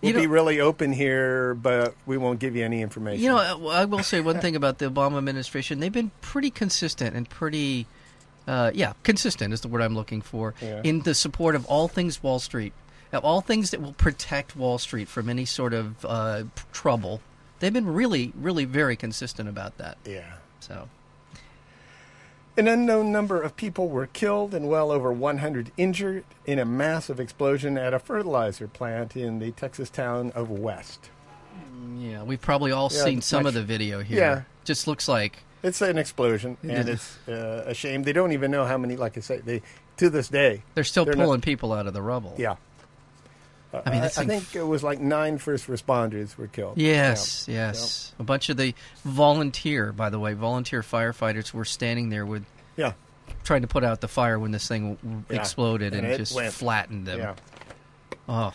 [SPEAKER 1] We'll
[SPEAKER 2] you know,
[SPEAKER 1] be really open here, but we won't give you any information.
[SPEAKER 2] you know, I I will say one thing about the Obama administration. They've been pretty consistent and pretty, uh, yeah, consistent is the word I'm looking for
[SPEAKER 1] Yeah.
[SPEAKER 2] in the support of all things Wall Street, of all things that will protect Wall Street from any sort of uh, p- trouble. They've been really, really very consistent about that.
[SPEAKER 1] yeah.
[SPEAKER 2] So,
[SPEAKER 1] An unknown number of people were killed and well over 100 injured in a massive explosion at a fertilizer plant in the Texas town of West.
[SPEAKER 2] yeah, we've probably all
[SPEAKER 1] Yeah,
[SPEAKER 2] seen
[SPEAKER 1] it's
[SPEAKER 2] some
[SPEAKER 1] like-
[SPEAKER 2] of the video here.
[SPEAKER 1] Yeah.
[SPEAKER 2] Just looks like
[SPEAKER 1] It's an explosion, and it's uh, a shame. They don't even know how many, like I say, they to this day.
[SPEAKER 2] they're still
[SPEAKER 1] They're not-
[SPEAKER 2] pulling people out of the rubble.
[SPEAKER 1] Yeah. Uh,
[SPEAKER 2] I mean,
[SPEAKER 1] I,
[SPEAKER 2] that's
[SPEAKER 1] I
[SPEAKER 2] like-
[SPEAKER 1] think it was like nine first responders were killed.
[SPEAKER 2] Yes, yes. A bunch of the volunteer, by the way, volunteer firefighters were standing there with
[SPEAKER 1] Yeah.
[SPEAKER 2] trying to put out the fire when this thing w-
[SPEAKER 1] Yeah.
[SPEAKER 2] exploded and,
[SPEAKER 1] And it
[SPEAKER 2] just
[SPEAKER 1] went.
[SPEAKER 2] flattened
[SPEAKER 1] Yeah.
[SPEAKER 2] them.
[SPEAKER 1] yeah.
[SPEAKER 2] Oh,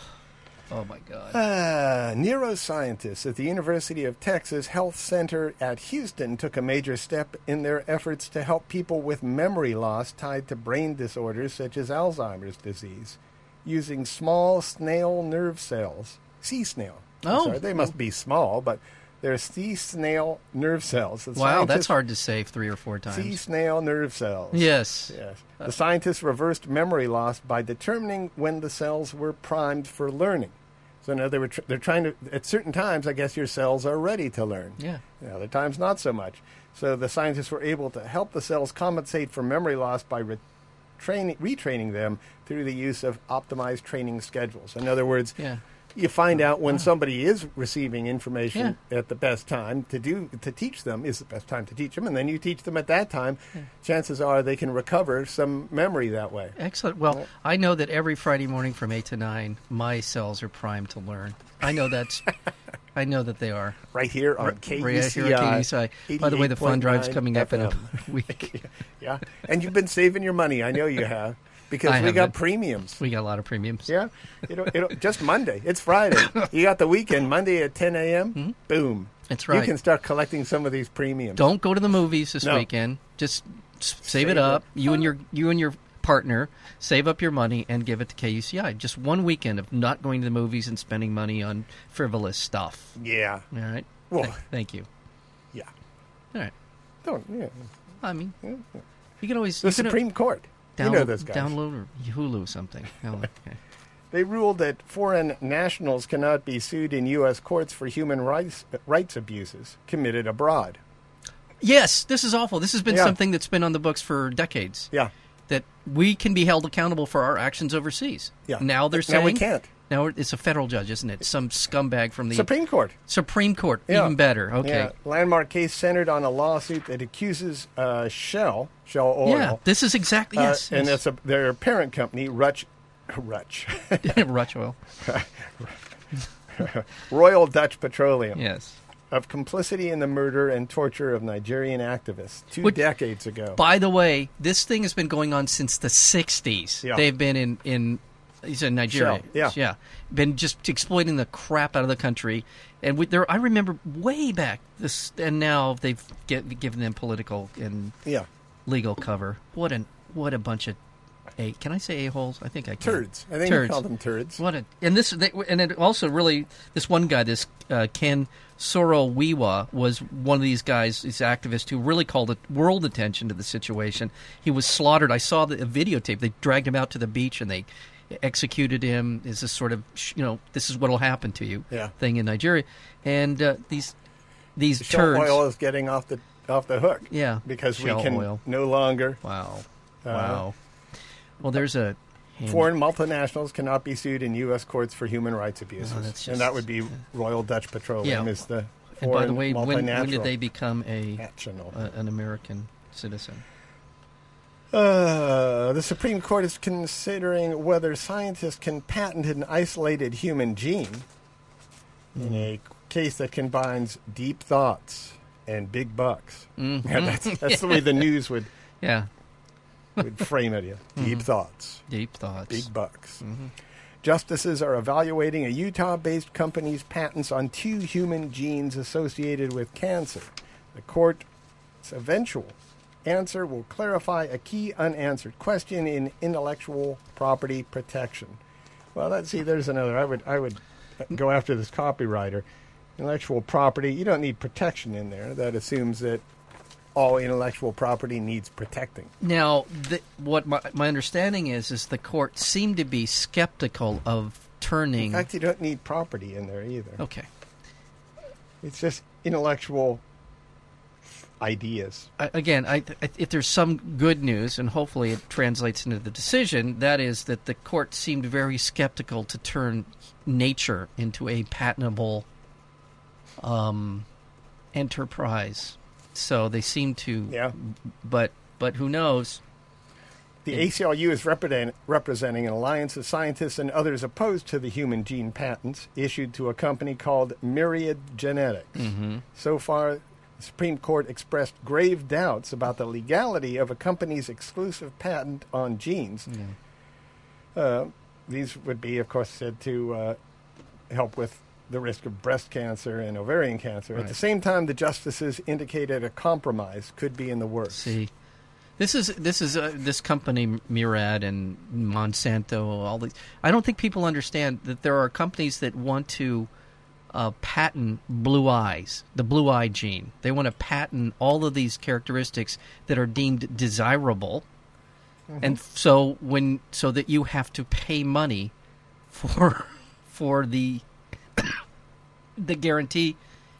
[SPEAKER 2] oh my God.
[SPEAKER 1] Uh, neuroscientists at the University of Texas Health Center at Houston took a major step in their efforts to help people with memory loss tied to brain disorders such as Alzheimer's disease using small snail nerve cells, sea snail. I'm
[SPEAKER 2] Oh.
[SPEAKER 1] sorry, they must be small, but they're sea snail nerve cells. The
[SPEAKER 2] wow,
[SPEAKER 1] scientists-
[SPEAKER 2] that's hard to say three or four
[SPEAKER 1] Sea
[SPEAKER 2] times.
[SPEAKER 1] snail nerve cells.
[SPEAKER 2] Yes.
[SPEAKER 1] Yes. The scientists reversed memory loss by determining when the cells were primed for learning. So now they were tr- they're trying to at certain times I guess your cells are ready to learn.
[SPEAKER 2] Yeah.
[SPEAKER 1] At other times not so much. So the scientists were able to help the cells compensate for memory loss by re- training, retraining them through the use of optimized training schedules. In other words,
[SPEAKER 2] Yeah.
[SPEAKER 1] you find out when somebody is receiving information
[SPEAKER 2] Yeah.
[SPEAKER 1] at the best time to do to teach them is the best time to teach them, and then you teach them at that time. Chances are they can recover some memory that way.
[SPEAKER 2] Excellent. Well, I know that every Friday morning from eight to nine, my cells are primed to learn. I know that's. I know that they are.
[SPEAKER 1] Right here on E KUCI.
[SPEAKER 2] Right here at KUCI. E By the way, the fun drive's
[SPEAKER 1] 88.9
[SPEAKER 2] coming up in
[SPEAKER 1] FM.
[SPEAKER 2] a week.
[SPEAKER 1] yeah, and you've been saving your money. I know you have because
[SPEAKER 2] I
[SPEAKER 1] we
[SPEAKER 2] have
[SPEAKER 1] got
[SPEAKER 2] been.
[SPEAKER 1] premiums.
[SPEAKER 2] We got a lot of premiums.
[SPEAKER 1] Yeah, it'll, it'll, just Monday. It's Friday. You got the weekend. Monday at 10 a.m. Boom.
[SPEAKER 2] Hmm? That's
[SPEAKER 1] You
[SPEAKER 2] right.
[SPEAKER 1] can start collecting some of these premiums.
[SPEAKER 2] Don't go to the movies this
[SPEAKER 1] No.
[SPEAKER 2] weekend. Just s- save,
[SPEAKER 1] Save
[SPEAKER 2] it up.
[SPEAKER 1] up.
[SPEAKER 2] You and your you and your partner save up your money and give it to KUCI. Just one weekend of not going to the movies and spending money on frivolous stuff.
[SPEAKER 1] Yeah.
[SPEAKER 2] All right.
[SPEAKER 1] Well-
[SPEAKER 2] Th- Thank you.
[SPEAKER 1] Yeah.
[SPEAKER 2] All right.
[SPEAKER 1] Don't. Yeah.
[SPEAKER 2] I mean, you can always
[SPEAKER 1] The
[SPEAKER 2] you can
[SPEAKER 1] Supreme Court.
[SPEAKER 2] download,
[SPEAKER 1] you know those guys.
[SPEAKER 2] download or Hulu something. Oh, okay.
[SPEAKER 1] They ruled that foreign nationals cannot be sued in U.S. courts for human rights rights abuses committed abroad.
[SPEAKER 2] yes, this is awful. This has been
[SPEAKER 1] Yeah.
[SPEAKER 2] something that's been on the books for decades.
[SPEAKER 1] Yeah.
[SPEAKER 2] That we can be held accountable for our actions overseas.
[SPEAKER 1] Yeah.
[SPEAKER 2] Now they're
[SPEAKER 1] Now
[SPEAKER 2] saying
[SPEAKER 1] we can't.
[SPEAKER 2] Now it's a federal judge, isn't it? Some scumbag from the
[SPEAKER 1] Supreme Court.
[SPEAKER 2] Supreme Court,
[SPEAKER 1] Yeah.
[SPEAKER 2] even better. Okay.
[SPEAKER 1] Yeah. Landmark case centered on a lawsuit that accuses uh, Shell, Shell Oil,
[SPEAKER 2] Yeah, this is exactly
[SPEAKER 1] uh,
[SPEAKER 2] yes.
[SPEAKER 1] and
[SPEAKER 2] yes.
[SPEAKER 1] that's a, their parent company, Rutch, Rutch,
[SPEAKER 2] Rush oil.
[SPEAKER 1] Royal Dutch Petroleum,
[SPEAKER 2] Yes.
[SPEAKER 1] of complicity in the murder and torture of Nigerian activists two
[SPEAKER 2] Which-
[SPEAKER 1] decades ago.
[SPEAKER 2] By the way, this thing has been going on since the '60s.
[SPEAKER 1] Yeah.
[SPEAKER 2] They've been in in he's in Nigeria.
[SPEAKER 1] Shell, yeah.
[SPEAKER 2] yeah. Been just exploiting the crap out of the country, and with there, I remember way back this, and now they've get, given them political and
[SPEAKER 1] yeah.
[SPEAKER 2] legal cover. What an what a bunch of a can I say a holes? I think I can.
[SPEAKER 1] Turds. I think you call them turds.
[SPEAKER 2] What a and this they, and it also really this one guy this uh, Ken Sorowiwa was one of these guys these activists who really called it world attention to the situation. He was slaughtered. I saw the a videotape. They dragged him out to the beach and they executed him. Is this sort of sh- you know this is what will happen to you
[SPEAKER 1] Yeah.
[SPEAKER 2] thing in Nigeria and uh, these these
[SPEAKER 1] Shell
[SPEAKER 2] turds.
[SPEAKER 1] oil is getting off the off the hook.
[SPEAKER 2] Yeah,
[SPEAKER 1] because
[SPEAKER 2] shell
[SPEAKER 1] we can
[SPEAKER 2] oil.
[SPEAKER 1] no longer
[SPEAKER 2] Wow.
[SPEAKER 1] Uh,
[SPEAKER 2] Wow. Well, there's a. hand-
[SPEAKER 1] foreign multinationals cannot be sued in U.S. courts for human rights abuses,
[SPEAKER 2] that's
[SPEAKER 1] and
[SPEAKER 2] just-
[SPEAKER 1] that would be Royal Dutch Petroleum
[SPEAKER 2] Yeah.
[SPEAKER 1] is the foreign
[SPEAKER 2] and by the way, when,
[SPEAKER 1] multinational.
[SPEAKER 2] when did they become a,
[SPEAKER 1] national.
[SPEAKER 2] a an American citizen?
[SPEAKER 1] Uh, the Supreme Court is considering whether scientists can patent an isolated human gene in a
[SPEAKER 2] Mm-hmm.
[SPEAKER 1] case that combines deep thoughts and big bucks.
[SPEAKER 2] Mm-hmm.
[SPEAKER 1] Yeah, that's, that's the way the news would,
[SPEAKER 2] Yeah.
[SPEAKER 1] would frame it. Yeah.
[SPEAKER 2] Mm-hmm.
[SPEAKER 1] Deep thoughts,
[SPEAKER 2] Deep thoughts.
[SPEAKER 1] big bucks. Mm-hmm. Justices are evaluating a Utah based company's patents on two human genes associated with cancer. The court's eventual answer will clarify a key unanswered question in intellectual property protection. Well, let's see. There's another. I would I would go after this copywriter. Intellectual property. You don't need protection in there. That assumes that all intellectual property needs protecting.
[SPEAKER 2] Now, the, what my, my understanding is is the court seemed to be skeptical of turning.
[SPEAKER 1] In fact, you don't need property in there either.
[SPEAKER 2] Okay,
[SPEAKER 1] It's just intellectual ideas.
[SPEAKER 2] I, again, I, I, if there's some good news, and hopefully it translates into the decision, that is that the court seemed very skeptical to turn nature into a patentable um, enterprise. So they seem to,
[SPEAKER 1] Yeah.
[SPEAKER 2] but but who knows?
[SPEAKER 1] The
[SPEAKER 2] Yeah.
[SPEAKER 1] ACLU is represent- representing an alliance of scientists and others opposed to the human gene patents issued to a company called Myriad Genetics.
[SPEAKER 2] Mm-hmm.
[SPEAKER 1] So far, the Supreme Court expressed grave doubts about the legality of a company's exclusive patent on genes. Uh, these would be, of course, said to uh, help with the risk of breast cancer and ovarian cancer. At
[SPEAKER 2] Right.
[SPEAKER 1] the same time, the justices indicated a compromise could be in the works.
[SPEAKER 2] See, this is this is uh, this company Murad and Monsanto. All these. I don't think people understand that there are companies that want to uh, patent blue eyes, the blue eye gene. They want to patent all of these characteristics that are deemed desirable, and so when so that you have to pay money for for the the guarantee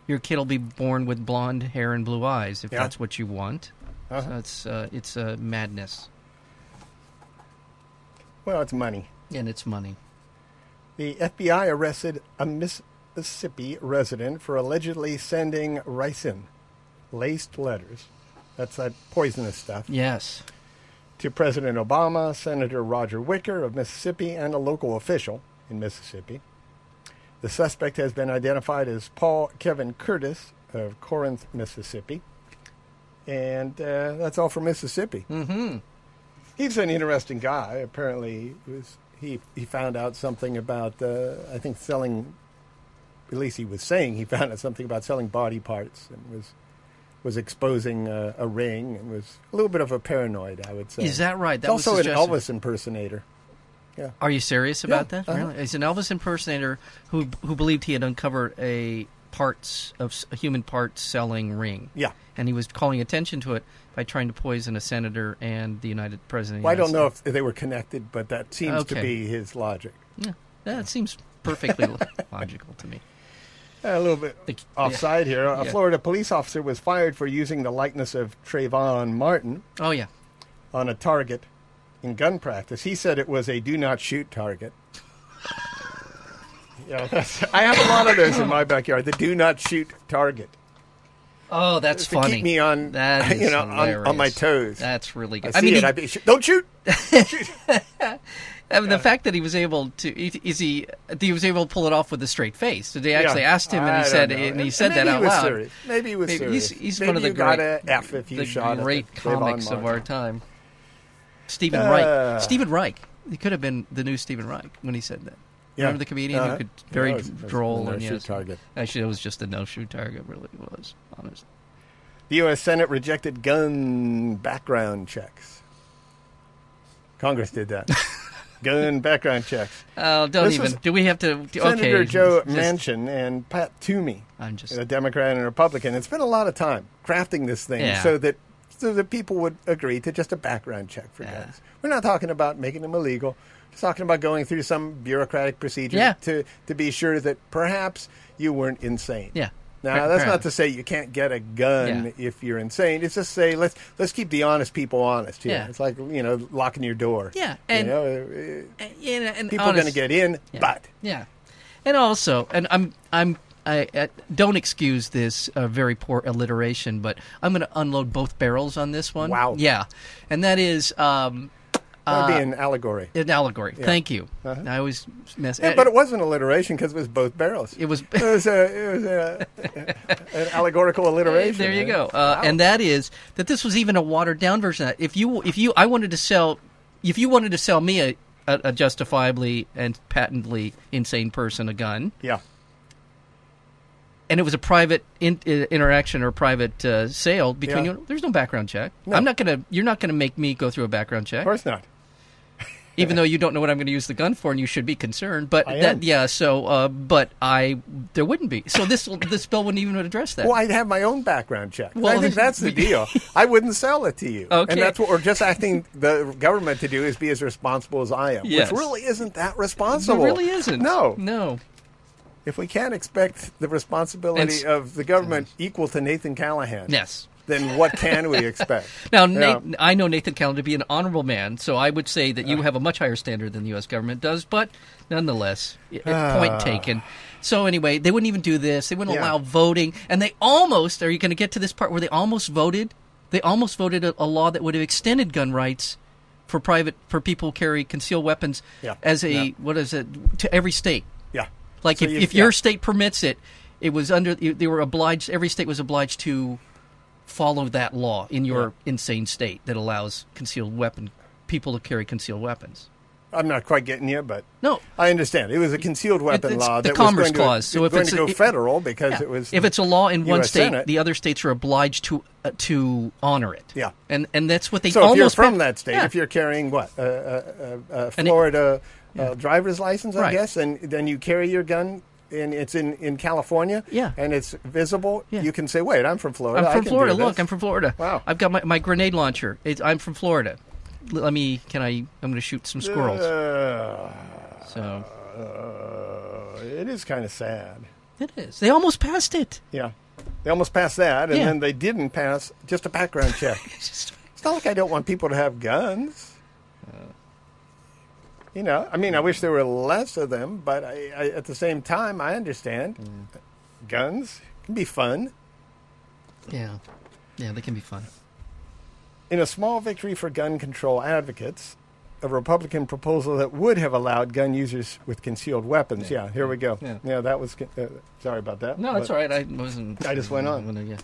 [SPEAKER 2] your kid will be born with blonde hair and blue eyes if
[SPEAKER 1] Yeah.
[SPEAKER 2] that's what you want.
[SPEAKER 1] Uh-huh.
[SPEAKER 2] So it's uh, it's uh, madness
[SPEAKER 1] Well, it's money.
[SPEAKER 2] and it's money.
[SPEAKER 1] The FBI arrested a Mississippi resident for allegedly sending ricin, laced letters, that's that poisonous stuff,
[SPEAKER 2] Yes,
[SPEAKER 1] to President Obama, Senator Roger Wicker of Mississippi, and a local official in Mississippi. The suspect has been identified as Paul Kevin Curtis of Corinth, Mississippi. And uh, that's all for Mississippi. Mm-hmm. He's an interesting guy. Apparently, he was, he he found out something about uh, I think selling. At least he was saying he found out something about selling body parts and was was exposing uh, a ring and was a little bit of a paranoid. I would say.
[SPEAKER 2] Is that right?
[SPEAKER 1] He's
[SPEAKER 2] That was
[SPEAKER 1] also an
[SPEAKER 2] suggested.
[SPEAKER 1] Elvis impersonator.
[SPEAKER 2] are you serious about
[SPEAKER 1] Yeah,
[SPEAKER 2] that?
[SPEAKER 1] uh-huh.
[SPEAKER 2] Really? He's an Elvis impersonator who who believed he had uncovered a parts of s- a human parts selling ring.
[SPEAKER 1] Yeah.
[SPEAKER 2] and he was calling attention to it by trying to poison a senator and the United President. of the
[SPEAKER 1] Well, I don't
[SPEAKER 2] United
[SPEAKER 1] know if they were connected, but that seems to
[SPEAKER 2] Okay.
[SPEAKER 1] be his logic.
[SPEAKER 2] States. Yeah, that seems perfectly lo- logical to me.
[SPEAKER 1] A little bit
[SPEAKER 2] The-
[SPEAKER 1] offside here. A
[SPEAKER 2] Yeah.
[SPEAKER 1] Florida police officer was fired for using the likeness of Trayvon Martin
[SPEAKER 2] Oh yeah,
[SPEAKER 1] on a target in gun practice. He said it was a do not shoot target. yeah, that's, I have a lot of those in my backyard. The do not shoot target.
[SPEAKER 2] Oh, that's
[SPEAKER 1] To
[SPEAKER 2] funny.
[SPEAKER 1] keep me on,
[SPEAKER 2] that is
[SPEAKER 1] you know, on, on my
[SPEAKER 2] hilarious.
[SPEAKER 1] toes.
[SPEAKER 2] That's really
[SPEAKER 1] I
[SPEAKER 2] good.
[SPEAKER 1] see
[SPEAKER 2] I, mean,
[SPEAKER 1] it.
[SPEAKER 2] he-
[SPEAKER 1] I be, shoot, don't shoot.
[SPEAKER 2] I mean, the fact that he was able to is he he was able to pull it off with a straight face. They actually
[SPEAKER 1] Yeah.
[SPEAKER 2] asked him, and
[SPEAKER 1] I
[SPEAKER 2] he
[SPEAKER 1] don't
[SPEAKER 2] said,
[SPEAKER 1] know.
[SPEAKER 2] and he said
[SPEAKER 1] Maybe
[SPEAKER 2] that out
[SPEAKER 1] he was
[SPEAKER 2] loud.
[SPEAKER 1] serious. Maybe he was
[SPEAKER 2] Maybe
[SPEAKER 1] serious.
[SPEAKER 2] he's he's
[SPEAKER 1] Maybe
[SPEAKER 2] one of the
[SPEAKER 1] you
[SPEAKER 2] great
[SPEAKER 1] got a F if you
[SPEAKER 2] the
[SPEAKER 1] shot at
[SPEAKER 2] great
[SPEAKER 1] the Trayvon
[SPEAKER 2] comics of
[SPEAKER 1] Martin.
[SPEAKER 2] our time. Stephen
[SPEAKER 1] Uh.
[SPEAKER 2] Reich. Stephen Reich. He could have been the new Stephen Reich when he said that.
[SPEAKER 1] Yeah.
[SPEAKER 2] Remember the comedian
[SPEAKER 1] Uh-huh.
[SPEAKER 2] who could very
[SPEAKER 1] Yeah, it was- it was
[SPEAKER 2] droll
[SPEAKER 1] a
[SPEAKER 2] and
[SPEAKER 1] no-shoot
[SPEAKER 2] yes.
[SPEAKER 1] target.
[SPEAKER 2] Actually, it was just a no shoot target. Really it was honest.
[SPEAKER 1] The U.S. Senate rejected gun background checks. Congress did that. gun background checks.
[SPEAKER 2] Uh, don't
[SPEAKER 1] This
[SPEAKER 2] even.
[SPEAKER 1] was
[SPEAKER 2] Do we have to?
[SPEAKER 1] Senator
[SPEAKER 2] okay,
[SPEAKER 1] Joe
[SPEAKER 2] just-
[SPEAKER 1] Manchin and Pat Toomey,
[SPEAKER 2] I'm just.
[SPEAKER 1] a Democrat and Republican, and spent a lot of time crafting this thing
[SPEAKER 2] Yeah.
[SPEAKER 1] so that so that people would agree to just a background check for
[SPEAKER 2] Yeah.
[SPEAKER 1] guns. We're not talking about making them illegal. Just talking about going through some bureaucratic procedure
[SPEAKER 2] Yeah.
[SPEAKER 1] to to be sure that perhaps you weren't insane.
[SPEAKER 2] Yeah.
[SPEAKER 1] Now,
[SPEAKER 2] Per-
[SPEAKER 1] that's not
[SPEAKER 2] perhaps.
[SPEAKER 1] to say you can't get a gun if you're insane. It's just say let's let's keep the honest people honest. Here.
[SPEAKER 2] Yeah.
[SPEAKER 1] it's like you know locking your door.
[SPEAKER 2] Yeah, and-
[SPEAKER 1] you know, uh,
[SPEAKER 2] And, and
[SPEAKER 1] people are going to
[SPEAKER 2] honest-
[SPEAKER 1] get in,
[SPEAKER 2] Yeah.
[SPEAKER 1] but
[SPEAKER 2] yeah, and also, and I'm I'm I, I don't excuse this uh, very poor alliteration, but I'm going to unload both barrels on this one.
[SPEAKER 1] Wow.
[SPEAKER 2] Yeah, and that is um,
[SPEAKER 1] that'd be an allegory.
[SPEAKER 2] an allegory. Thank you. I always mess.
[SPEAKER 1] Uh-huh. Yeah, but it wasn't alliteration because it was both barrels.
[SPEAKER 2] It was-
[SPEAKER 1] It was a. It was a, an allegorical alliteration. eh?
[SPEAKER 2] There you
[SPEAKER 1] right?
[SPEAKER 2] go. Uh, And that is that this was even a watered down version. Of that. If you if you I wanted to sell if you wanted to sell me a, a, a justifiably and patently insane person a gun,
[SPEAKER 1] Yeah.
[SPEAKER 2] and it was a private in, uh, interaction or private uh, sale between
[SPEAKER 1] Yeah.
[SPEAKER 2] you. There's no background check.
[SPEAKER 1] No.
[SPEAKER 2] I'm not gonna. You're not gonna make me go through a background check.
[SPEAKER 1] Of course not.
[SPEAKER 2] even though you don't know what I'm going to use the gun for, and you should be concerned. But
[SPEAKER 1] I am.
[SPEAKER 2] that, yeah, so uh, but I there wouldn't be. So this this bill wouldn't even address that.
[SPEAKER 1] Well, I'd have my own background check.
[SPEAKER 2] Well,
[SPEAKER 1] I think that's the
[SPEAKER 2] we-
[SPEAKER 1] deal. I wouldn't sell it to you.
[SPEAKER 2] Okay.
[SPEAKER 1] And that's what we're just asking the government to do is be as responsible as I am,
[SPEAKER 2] Yes.
[SPEAKER 1] which really isn't that
[SPEAKER 2] It
[SPEAKER 1] responsible.
[SPEAKER 2] really isn't.
[SPEAKER 1] No.
[SPEAKER 2] no.
[SPEAKER 1] If we can't expect the responsibility
[SPEAKER 2] It's-
[SPEAKER 1] of the government equal to Nathan Callahan,
[SPEAKER 2] Yes.
[SPEAKER 1] then what can we expect?
[SPEAKER 2] Now,
[SPEAKER 1] Yeah.
[SPEAKER 2] Nat- I know Nathan Callan to be an honorable man, so I would say that
[SPEAKER 1] Uh.
[SPEAKER 2] you have a much higher standard than the U.S. government does, but nonetheless, i- i- point taken. So, anyway, they wouldn't even do this. They wouldn't
[SPEAKER 1] Uh. Yeah.
[SPEAKER 2] allow voting. And they almost are you going to get to this part where they almost voted? They almost voted a, a law that would have extended gun rights for private, for people who carry concealed weapons
[SPEAKER 1] Yeah.
[SPEAKER 2] as a,
[SPEAKER 1] Yeah.
[SPEAKER 2] what is it, to every state.
[SPEAKER 1] Yeah.
[SPEAKER 2] Like
[SPEAKER 1] So
[SPEAKER 2] if,
[SPEAKER 1] you-
[SPEAKER 2] if
[SPEAKER 1] yeah.
[SPEAKER 2] your state permits it, it was under they were obliged. Every state was obliged to follow that law in your insane state that allows concealed weapon people to carry concealed weapons.
[SPEAKER 1] I'm not quite getting you, but
[SPEAKER 2] No.
[SPEAKER 1] I understand. It was a concealed weapon
[SPEAKER 2] it's
[SPEAKER 1] law
[SPEAKER 2] the
[SPEAKER 1] that
[SPEAKER 2] Commerce
[SPEAKER 1] was going
[SPEAKER 2] Clause,
[SPEAKER 1] to,
[SPEAKER 2] so if
[SPEAKER 1] going
[SPEAKER 2] it's
[SPEAKER 1] to
[SPEAKER 2] a-
[SPEAKER 1] go
[SPEAKER 2] it-
[SPEAKER 1] federal because
[SPEAKER 2] Yeah.
[SPEAKER 1] it was
[SPEAKER 2] if it's a law in one
[SPEAKER 1] US
[SPEAKER 2] state,
[SPEAKER 1] Senate.
[SPEAKER 2] the other states are obliged to uh, to honor it.
[SPEAKER 1] Yeah.
[SPEAKER 2] and and that's what they
[SPEAKER 1] So if
[SPEAKER 2] almost
[SPEAKER 1] you're from
[SPEAKER 2] pa-
[SPEAKER 1] that state,
[SPEAKER 2] Yeah.
[SPEAKER 1] if you're carrying what a, a, a, a
[SPEAKER 2] An-
[SPEAKER 1] Florida uh, driver's license, I
[SPEAKER 2] Right.
[SPEAKER 1] guess, and then you carry your gun. And it's in, in California,
[SPEAKER 2] Yeah.
[SPEAKER 1] and it's visible.
[SPEAKER 2] Yeah.
[SPEAKER 1] You can say, "Wait, I'm from Florida.
[SPEAKER 2] I'm
[SPEAKER 1] I
[SPEAKER 2] from
[SPEAKER 1] can
[SPEAKER 2] Florida.
[SPEAKER 1] do this."
[SPEAKER 2] Look, I'm from Florida.
[SPEAKER 1] Wow.
[SPEAKER 2] I've got my, my grenade launcher. It's, I'm from Florida. L- Let me. Can I? I'm going to shoot some squirrels.
[SPEAKER 1] Uh,
[SPEAKER 2] so
[SPEAKER 1] uh, it is kind of sad.
[SPEAKER 2] it is. They almost passed it.
[SPEAKER 1] Yeah, they almost passed that, and
[SPEAKER 2] Yeah.
[SPEAKER 1] then they didn't pass just a background check.
[SPEAKER 2] Just-
[SPEAKER 1] It's not like I don't want people to have guns. You know, I mean, I wish there were less of them, but I, I, at the same time, I understand guns can be fun.
[SPEAKER 2] Yeah. Yeah, they can be fun.
[SPEAKER 1] In a small victory for gun control advocates, a Republican proposal that would have allowed gun users with concealed weapons. Yeah, here we go.
[SPEAKER 2] Yeah.
[SPEAKER 1] Yeah, that was. Uh, sorry about that.
[SPEAKER 2] No, that's
[SPEAKER 1] But
[SPEAKER 2] all right. I wasn't.
[SPEAKER 1] I just went on.
[SPEAKER 2] Well, yeah,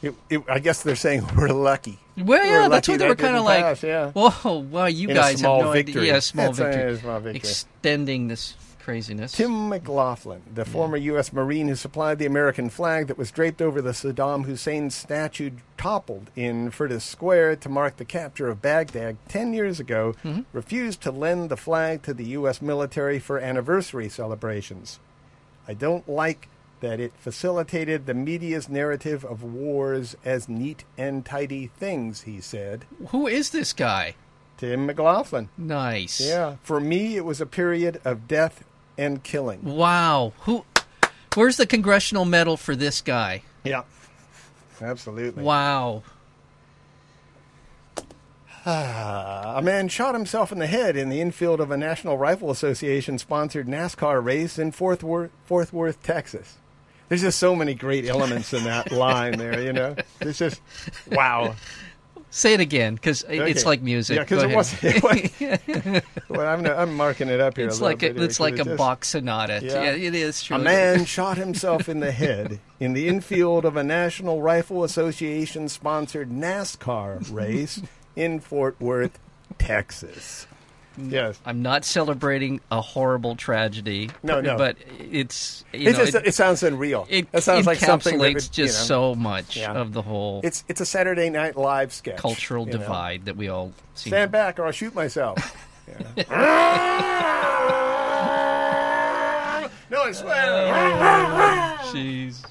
[SPEAKER 1] it- it- I guess they're saying we're lucky.
[SPEAKER 2] well,
[SPEAKER 1] We're
[SPEAKER 2] yeah that's
[SPEAKER 1] lucky
[SPEAKER 2] what they
[SPEAKER 1] that
[SPEAKER 2] were kind of
[SPEAKER 1] didn't
[SPEAKER 2] like.
[SPEAKER 1] pass, yeah.
[SPEAKER 2] Whoa, wow, you
[SPEAKER 1] In a
[SPEAKER 2] guys
[SPEAKER 1] small
[SPEAKER 2] have no
[SPEAKER 1] victory.
[SPEAKER 2] idea. Yeah, small
[SPEAKER 1] That's a
[SPEAKER 2] victory.
[SPEAKER 1] small victory.
[SPEAKER 2] Extending this craziness.
[SPEAKER 1] Tim McLaughlin, the former U.S. Marine who supplied the American flag that was draped over the Saddam Hussein statue toppled in Furtis Square to mark the capture of Baghdad 10 years ago,
[SPEAKER 2] Mm-hmm.
[SPEAKER 1] refused to lend the flag to the U.S. military for anniversary celebrations. I don't like that it facilitated the media's narrative of wars as neat and tidy things, he said.
[SPEAKER 2] Who is this guy?
[SPEAKER 1] Tim McLaughlin.
[SPEAKER 2] Nice.
[SPEAKER 1] Yeah. For me, it was a period of death and killing.
[SPEAKER 2] Wow. Who? Where's the congressional medal for this guy?
[SPEAKER 1] Yeah. Absolutely.
[SPEAKER 2] Wow.
[SPEAKER 1] A man shot himself in the head in the infield of a National Rifle Association sponsored NASCAR race in Fort Worth, Fort Worth, Texas. There's just so many great elements in that line there, you know? It's just, wow.
[SPEAKER 2] Say it again, because
[SPEAKER 1] Okay.
[SPEAKER 2] it's like music.
[SPEAKER 1] Yeah, because
[SPEAKER 2] Go
[SPEAKER 1] it
[SPEAKER 2] ahead.
[SPEAKER 1] was. It was well, I'm, I'm marking it up here
[SPEAKER 2] It's
[SPEAKER 1] a little
[SPEAKER 2] like
[SPEAKER 1] bit
[SPEAKER 2] a,
[SPEAKER 1] here
[SPEAKER 2] it's like
[SPEAKER 1] 'cause
[SPEAKER 2] a
[SPEAKER 1] it just-
[SPEAKER 2] Bach sonata.
[SPEAKER 1] Yeah.
[SPEAKER 2] Yeah, it is. True.
[SPEAKER 1] A man shot himself in the head in the infield of a National Rifle Association sponsored NASCAR race in Fort Worth, Texas. Yes.
[SPEAKER 2] I'm not celebrating a horrible tragedy.
[SPEAKER 1] No, no.
[SPEAKER 2] But it's you
[SPEAKER 1] It,
[SPEAKER 2] know,
[SPEAKER 1] just,
[SPEAKER 2] it,
[SPEAKER 1] it sounds unreal.
[SPEAKER 2] it
[SPEAKER 1] that sounds
[SPEAKER 2] encapsulates
[SPEAKER 1] like something that would,
[SPEAKER 2] just
[SPEAKER 1] you know,
[SPEAKER 2] so much
[SPEAKER 1] Yeah.
[SPEAKER 2] of the whole
[SPEAKER 1] It's it's a Saturday Night Live sketch.
[SPEAKER 2] cultural
[SPEAKER 1] you know.
[SPEAKER 2] divide that we all see.
[SPEAKER 1] Stand back, or I'll shoot myself. Yeah. no, I swear.
[SPEAKER 2] Jeez.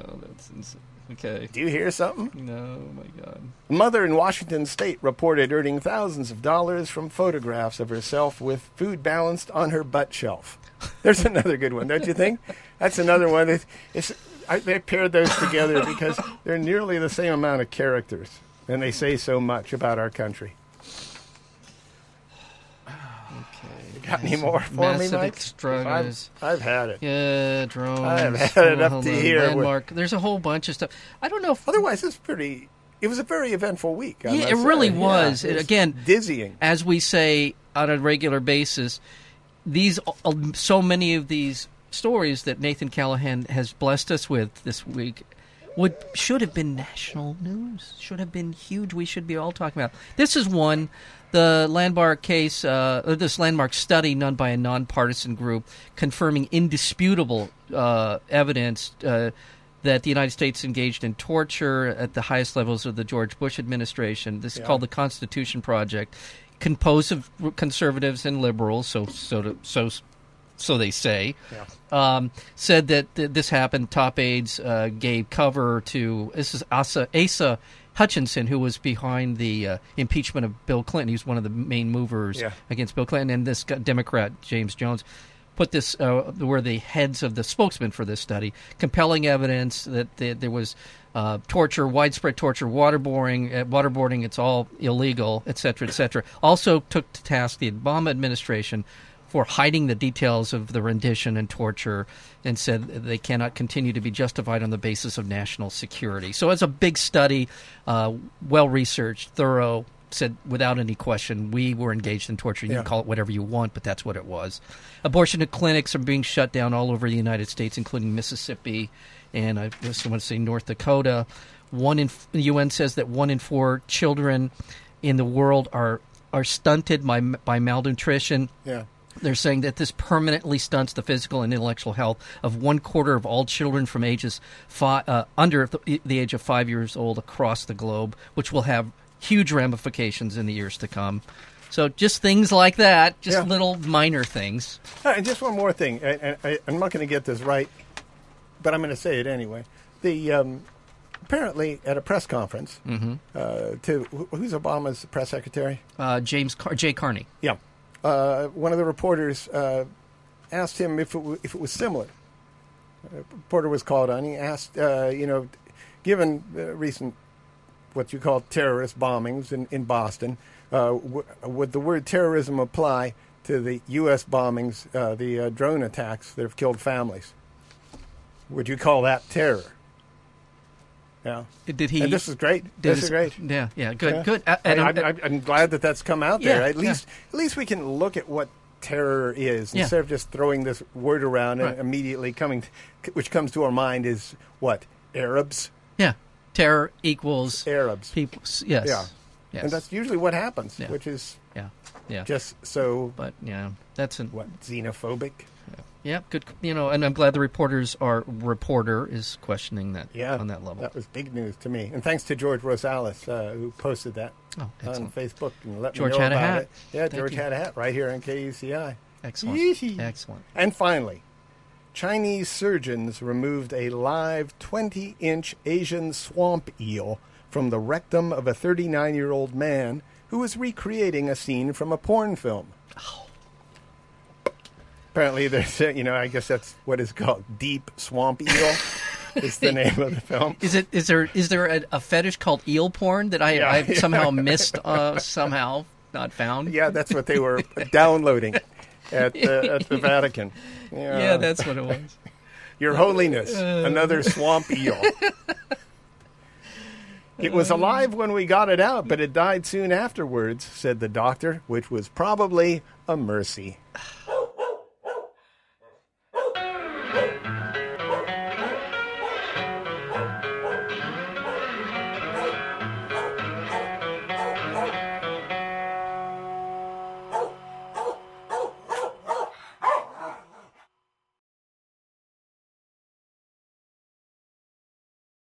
[SPEAKER 2] Oh, that's insane. Okay.
[SPEAKER 1] Do you hear something?
[SPEAKER 2] No, my God.
[SPEAKER 1] Mother in Washington state reported earning thousands of dollars from photographs of herself with food balanced on her butt shelf. There's another good one, don't you think? That's another one. It- It's, I, they paired those together because they're nearly the same amount of characters, and they say so much about our country.
[SPEAKER 2] Okay.
[SPEAKER 1] Got any more for
[SPEAKER 2] Massive
[SPEAKER 1] me, Mike?
[SPEAKER 2] extraordinaries.
[SPEAKER 1] I've, I've had it.
[SPEAKER 2] Yeah, drones.
[SPEAKER 1] I've had it up
[SPEAKER 2] hold
[SPEAKER 1] to
[SPEAKER 2] on,
[SPEAKER 1] here with-
[SPEAKER 2] Landmark. There's a whole bunch of stuff. I don't know if
[SPEAKER 1] Otherwise, it's pretty. It was a very eventful week. I
[SPEAKER 2] Yeah,
[SPEAKER 1] must
[SPEAKER 2] it really
[SPEAKER 1] say.
[SPEAKER 2] was. It-
[SPEAKER 1] was
[SPEAKER 2] again-
[SPEAKER 1] dizzying.
[SPEAKER 2] as we say on a regular basis, these uh, so many of these stories that Nathan Callahan has blessed us with this week would should have been national news, should have been huge. We should be all talking about. This is one, the landmark case, uh, or this landmark study done by a nonpartisan group confirming indisputable uh, evidence. Uh, that the United States engaged in torture at the highest levels of the George Bush administration. This
[SPEAKER 1] Yeah.
[SPEAKER 2] is called the Constitution Project, composed of conservatives and liberals. So so to, so so they say.
[SPEAKER 1] Yeah.
[SPEAKER 2] Um, said that th- this happened. Top aides uh, gave cover to this is Asa, Asa Hutchinson, who was behind the uh, impeachment of Bill Clinton. He was one of the main movers
[SPEAKER 1] Yeah.
[SPEAKER 2] against Bill Clinton, and this guy- Democrat James Jones put this uh, were the heads of the spokesman for this study. Compelling evidence that the, there was uh, torture, widespread torture, waterboarding, uh, waterboarding. It's all illegal, et cetera, et cetera. Also took to task the Obama administration for hiding the details of the rendition and torture and said they cannot continue to be justified on the basis of national security. So it's a big study, uh, well researched, thorough, said without any question, we were engaged in torture. You
[SPEAKER 1] Yeah.
[SPEAKER 2] can call it whatever you want, but that's what it was. Abortion clinics are being shut down all over the United States, including Mississippi and I just want to say North Dakota. One in the UN says that one in four children in the world are are stunted by by malnutrition.
[SPEAKER 1] Yeah.
[SPEAKER 2] They're saying that this permanently stunts the physical and intellectual health of one quarter of all children from ages fi- uh, under the, the age of five years old across the globe, which will have huge ramifications in the years to come. So, just things like that, just
[SPEAKER 1] Yeah.
[SPEAKER 2] little minor things.
[SPEAKER 1] Uh, and just one more thing, and, and I, I'm not going to get this right, but I'm going to say it anyway. The um, apparently at a press conference uh, to wh- who's Obama's press secretary?
[SPEAKER 2] Uh, James Car- Jay Carney.
[SPEAKER 1] Yeah, uh, one of the reporters uh, asked him if it, w- if it was similar. A reporter was called on. He asked, uh, you know, given uh, recent what you call terrorist bombings in, in Boston. Uh, w- would the word terrorism apply to the U.S. bombings, uh, the uh, drone attacks that have killed families? Would you call that terror? Yeah.
[SPEAKER 2] Did he?
[SPEAKER 1] and this is great.
[SPEAKER 2] did
[SPEAKER 1] This is
[SPEAKER 2] his-
[SPEAKER 1] great.
[SPEAKER 2] Yeah, yeah, good,
[SPEAKER 1] Yeah.
[SPEAKER 2] good. Uh, and,
[SPEAKER 1] I, am I'm glad that that's come out there.
[SPEAKER 2] Yeah,
[SPEAKER 1] at least, at least we can look at what terror is
[SPEAKER 2] Yeah.
[SPEAKER 1] instead of just throwing this word around and
[SPEAKER 2] Right.
[SPEAKER 1] immediately coming, which comes to our mind is what Arabs,
[SPEAKER 2] yeah, terror equals
[SPEAKER 1] Arabs,
[SPEAKER 2] people. Yes, yeah, yes,
[SPEAKER 1] and that's usually what happens,
[SPEAKER 2] Yeah.
[SPEAKER 1] which is
[SPEAKER 2] yeah, yeah.
[SPEAKER 1] just so
[SPEAKER 2] but yeah, that's an,
[SPEAKER 1] what xenophobic.
[SPEAKER 2] Yeah, good. You know, and I'm glad the reporters are reporter is questioning that
[SPEAKER 1] Yeah,
[SPEAKER 2] on that level.
[SPEAKER 1] that was big news to me. And thanks to George Rosales uh, who posted that
[SPEAKER 2] Oh,
[SPEAKER 1] on
[SPEAKER 2] excellent.
[SPEAKER 1] Facebook and let
[SPEAKER 2] George
[SPEAKER 1] me know
[SPEAKER 2] had a
[SPEAKER 1] about
[SPEAKER 2] hat.
[SPEAKER 1] it. Yeah,
[SPEAKER 2] Thank
[SPEAKER 1] George
[SPEAKER 2] you.
[SPEAKER 1] had a hat right here on E KUCI.
[SPEAKER 2] Excellent.
[SPEAKER 1] Yee-hee.
[SPEAKER 2] Excellent.
[SPEAKER 1] And finally, Chinese surgeons removed a live 20 inch Asian swamp eel from the rectum of a 39 year old man who was recreating a scene from a porn film. Apparently, there's, you know, I guess that's what is called deep swamp eel. is the name of the film.
[SPEAKER 2] Is it is there is there a, a fetish called eel porn that I
[SPEAKER 1] Yeah.
[SPEAKER 2] I somehow missed uh, somehow not found?
[SPEAKER 1] Yeah, that's what they were downloading at the, at the Vatican.
[SPEAKER 2] yeah, that's what it was.
[SPEAKER 1] Your Holiness, another swamp eel. It was alive when we got it out, but it died soon afterwards, said the doctor, which was probably a mercy.